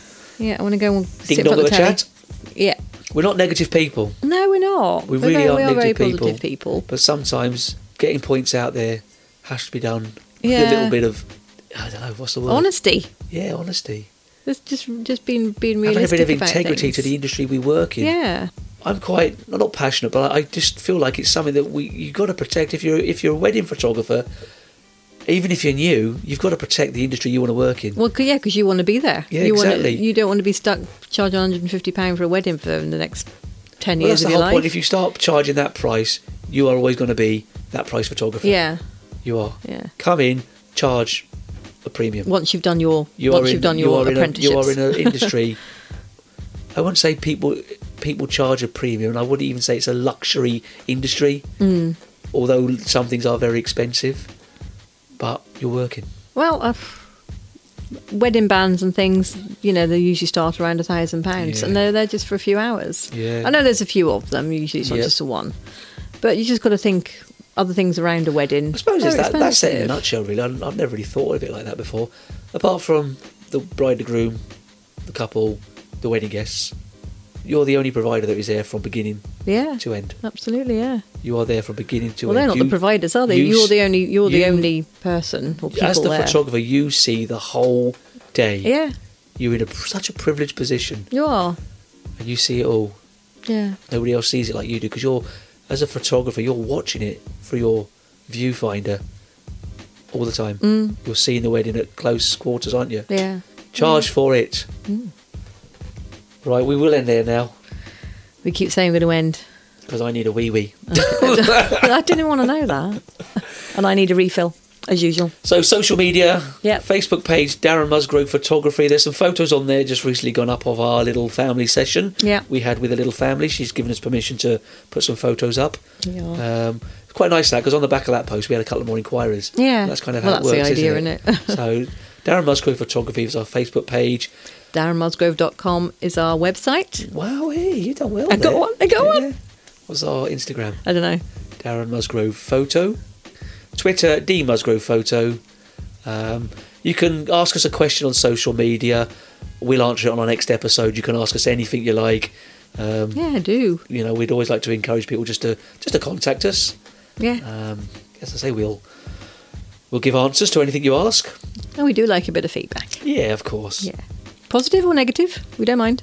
Speaker 2: Yeah, I want to go and
Speaker 1: ding
Speaker 2: sit in
Speaker 1: dong
Speaker 2: front
Speaker 1: of a
Speaker 2: of the telly.
Speaker 1: chat.
Speaker 2: Yeah.
Speaker 1: We're not negative people,
Speaker 2: No, we're not.
Speaker 1: We
Speaker 2: We're
Speaker 1: really
Speaker 2: very-
Speaker 1: aren't
Speaker 2: we are very
Speaker 1: negative people.
Speaker 2: positive people.
Speaker 1: but sometimes getting points out there has to be done with
Speaker 2: Yeah.
Speaker 1: a little bit of I don't know what's the word.
Speaker 2: Honesty.
Speaker 1: yeah, honesty.
Speaker 2: It's just just being being
Speaker 1: Having a
Speaker 2: realistic
Speaker 1: bit of
Speaker 2: about
Speaker 1: integrity to
Speaker 2: things.
Speaker 1: the industry we work in.
Speaker 2: Yeah.
Speaker 1: I'm quite not passionate, but I, I just feel like it's something that we you got to protect if you're if you're a wedding photographer. Even if you're new, you've got to protect the industry you want to work in.
Speaker 2: Well, 'cause- yeah, because you want to be there.
Speaker 1: Yeah,
Speaker 2: you
Speaker 1: exactly.
Speaker 2: Want to, you don't want to be stuck charging 150 pound for a wedding for the next 10
Speaker 1: Well,
Speaker 2: years
Speaker 1: that's
Speaker 2: of
Speaker 1: the
Speaker 2: your
Speaker 1: whole
Speaker 2: life.
Speaker 1: point. If you start charging that price, you are always going to be that price photographer.
Speaker 2: yeah.
Speaker 1: you are.
Speaker 2: Yeah.
Speaker 1: Come in, charge a premium.
Speaker 2: Once you've done your
Speaker 1: you
Speaker 2: once
Speaker 1: are
Speaker 2: you've
Speaker 1: in,
Speaker 2: done
Speaker 1: you
Speaker 2: your
Speaker 1: are in a-
Speaker 2: apprenticeships.
Speaker 1: you are in an industry. I wouldn't say people people charge a premium, and I wouldn't even say it's a luxury industry.
Speaker 2: Hmm.
Speaker 1: Although some things are very expensive, but you're working.
Speaker 2: Well, uh, wedding bands and things, you know, they usually start around a thousand pounds,
Speaker 1: Yeah.
Speaker 2: and they're there just for a few hours.
Speaker 1: Yeah.
Speaker 2: I know there's a few of them. Usually, it's not
Speaker 1: Yeah.
Speaker 2: just the one, but you just got to think other things around a wedding.
Speaker 1: I suppose it's
Speaker 2: are
Speaker 1: that, that's it in a
Speaker 2: expensive.
Speaker 1: nutshell, really. I, I've never really thought of it like that before. Apart from the bride, the groom, the couple, the wedding guests, you're the only provider that is there from beginning
Speaker 2: Yeah,
Speaker 1: to end.
Speaker 2: absolutely. Yeah.
Speaker 1: You are there from beginning to
Speaker 2: Ah. Well,
Speaker 1: end.
Speaker 2: they're not
Speaker 1: You-
Speaker 2: the providers, are they?
Speaker 1: you
Speaker 2: You, are
Speaker 1: s-
Speaker 2: the only. You're
Speaker 1: you-
Speaker 2: the only person or people
Speaker 1: As the
Speaker 2: there.
Speaker 1: photographer, you see the whole day.
Speaker 2: Yeah,
Speaker 1: You're in a, such a privileged position
Speaker 2: you are.
Speaker 1: and you see it all.
Speaker 2: Yeah.
Speaker 1: Nobody else sees it like you do because you're, as a photographer, you're watching it through your viewfinder all the time.
Speaker 2: Mm.
Speaker 1: You're seeing the wedding at close quarters, aren't you?
Speaker 2: Yeah. Mm.
Speaker 1: Charge for it. Right, we will end there now
Speaker 2: We keep saying we're going to end.
Speaker 1: because I need a wee wee.
Speaker 2: I didn't want to know that. And I need a refill, as usual.
Speaker 1: So social media,
Speaker 2: Yep.
Speaker 1: Facebook page Darren Musgrove Photography. There's some photos on there just recently gone up of our little family session
Speaker 2: Yeah.
Speaker 1: we had with a little family. She's given us permission to put some photos up.
Speaker 2: Yeah.
Speaker 1: Um, it's quite nice that because on the back of that post we had a couple more inquiries.
Speaker 2: Yeah.
Speaker 1: that's kind of
Speaker 2: Well,
Speaker 1: how it
Speaker 2: that's the
Speaker 1: works,
Speaker 2: idea,
Speaker 1: isn't it? so Darren Musgrove Photography is our Facebook page.
Speaker 2: DarrenMusgrove.com is our website.
Speaker 1: Wow, hey, you done well.
Speaker 2: I got
Speaker 1: there.
Speaker 2: one, I got one.
Speaker 1: What's our Instagram?
Speaker 2: I don't know.
Speaker 1: Darren Musgrove Photo. Twitter, D Musgrove Photo. Um, you can ask us a question on social media. We'll answer it on our next episode. You can ask us anything you like. Um,
Speaker 2: Yeah, I do.
Speaker 1: You know, we'd always like to encourage people just to just to contact us.
Speaker 2: Yeah.
Speaker 1: Um, as I say, we'll we'll give answers to anything you ask.
Speaker 2: And we do like a bit of feedback.
Speaker 1: Yeah, of course.
Speaker 2: Yeah. Positive or negative, we don't mind.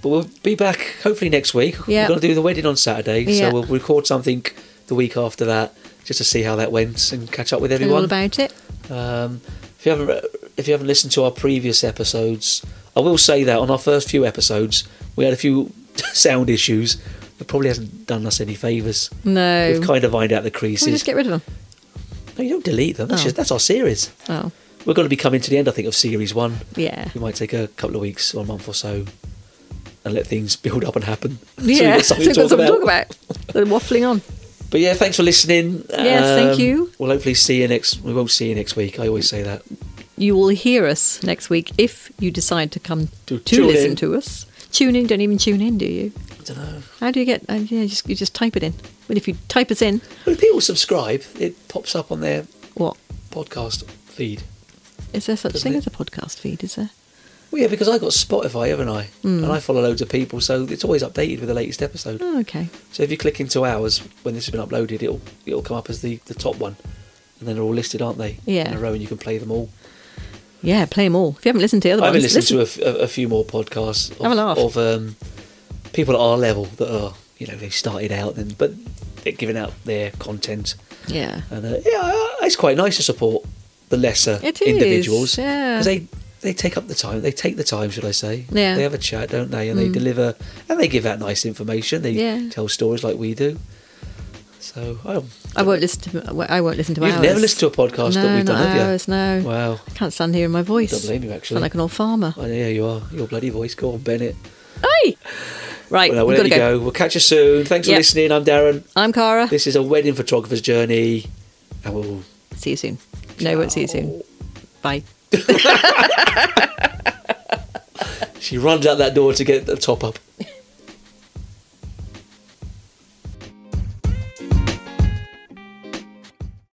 Speaker 1: But we'll be back hopefully next week.
Speaker 2: Yeah.
Speaker 1: We're going to do the wedding on Saturday,
Speaker 2: Yeah.
Speaker 1: so we'll record something the week after that just to see how that went and catch up with
Speaker 2: Tell you all
Speaker 1: everyone.
Speaker 2: about it.
Speaker 1: Um, if you haven't if you haven't listened to our previous episodes, I will say that on our first few episodes we had a few sound issues. It probably hasn't done us any favors.
Speaker 2: No.
Speaker 1: We've kind of ironed out the
Speaker 2: Can we
Speaker 1: creases.
Speaker 2: just get rid of them?
Speaker 1: No, you don't delete them. That's,
Speaker 2: Oh.
Speaker 1: just, that's our series.
Speaker 2: Oh,
Speaker 1: We're going to be coming to the end, I think, of series one.
Speaker 2: yeah.
Speaker 1: We might take a couple of weeks or a month or so, and let things build up and happen. So we've
Speaker 2: Yeah,
Speaker 1: got
Speaker 2: so
Speaker 1: something
Speaker 2: we've
Speaker 1: to
Speaker 2: got
Speaker 1: talk
Speaker 2: something
Speaker 1: about.
Speaker 2: to talk about. They're waffling on.
Speaker 1: But yeah, thanks for listening. Um,
Speaker 2: Yes, thank you.
Speaker 1: We'll hopefully see you next. We won't see you next week. I always say that.
Speaker 2: You will hear us next week if you decide to come
Speaker 1: To
Speaker 2: to,
Speaker 1: tune
Speaker 2: listen
Speaker 1: in.
Speaker 2: to us. Tune in, don't even tune in, do you?
Speaker 1: I don't know.
Speaker 2: How do you get? Uh, yeah, just, you just type it in. But if you type us in,
Speaker 1: But if people subscribe, it pops up on their
Speaker 2: what?
Speaker 1: podcast feed.
Speaker 2: Is there such
Speaker 1: Doesn't
Speaker 2: thing
Speaker 1: it?
Speaker 2: as a podcast feed? Is there?
Speaker 1: Well, yeah, because I got Spotify, haven't I?
Speaker 2: Hmm.
Speaker 1: And I follow loads of people, so it's always updated with the latest episode.
Speaker 2: Oh, okay.
Speaker 1: So if you click into ours when this has been uploaded, it'll it'll come up as the, the top one, and then they're all listed, aren't they?
Speaker 2: Yeah.
Speaker 1: In a row, and you can play them all.
Speaker 2: Yeah, play them all. If you haven't listened to the other
Speaker 1: I haven't
Speaker 2: ones,
Speaker 1: listened
Speaker 2: listen.
Speaker 1: to a f- a, a few more podcasts of,
Speaker 2: Have a laugh.
Speaker 1: of um, people at our level that are you know they started out and but they're giving out their content,
Speaker 2: Yeah.
Speaker 1: and uh, yeah, uh, it's quite nice to support the lesser
Speaker 2: It is,
Speaker 1: individuals.
Speaker 2: yeah.
Speaker 1: 'Cause they they take up the time. They take the time, should I say?
Speaker 2: Yeah. Mm.
Speaker 1: They have a chat, don't they? And they deliver and they give out nice information. They
Speaker 2: Yeah.
Speaker 1: tell stories like we do. So I,
Speaker 2: I won't listen to. well, I won't listen to
Speaker 1: you've
Speaker 2: ours.
Speaker 1: never listened to a podcast
Speaker 2: no,
Speaker 1: that we've
Speaker 2: not
Speaker 1: done, have
Speaker 2: ours. No.
Speaker 1: you? Wow.
Speaker 2: I can't stand hearing my voice.
Speaker 1: Don't blame you,
Speaker 2: I
Speaker 1: actually.
Speaker 2: sound like an old farmer.
Speaker 1: Oh, yeah, you are. Your bloody voice. Go on, Bennett.
Speaker 2: Hey. Right,
Speaker 1: Well, no, we'll
Speaker 2: we've got
Speaker 1: let
Speaker 2: to
Speaker 1: you
Speaker 2: go.
Speaker 1: go. We'll catch you soon. Thanks for
Speaker 2: Yeah.
Speaker 1: listening. I'm Darren.
Speaker 2: I'm Cara.
Speaker 1: This is a wedding photographer's journey, and we'll.
Speaker 2: See you soon. No, won't see you soon. Bye.
Speaker 1: She runs out that door to get the top up.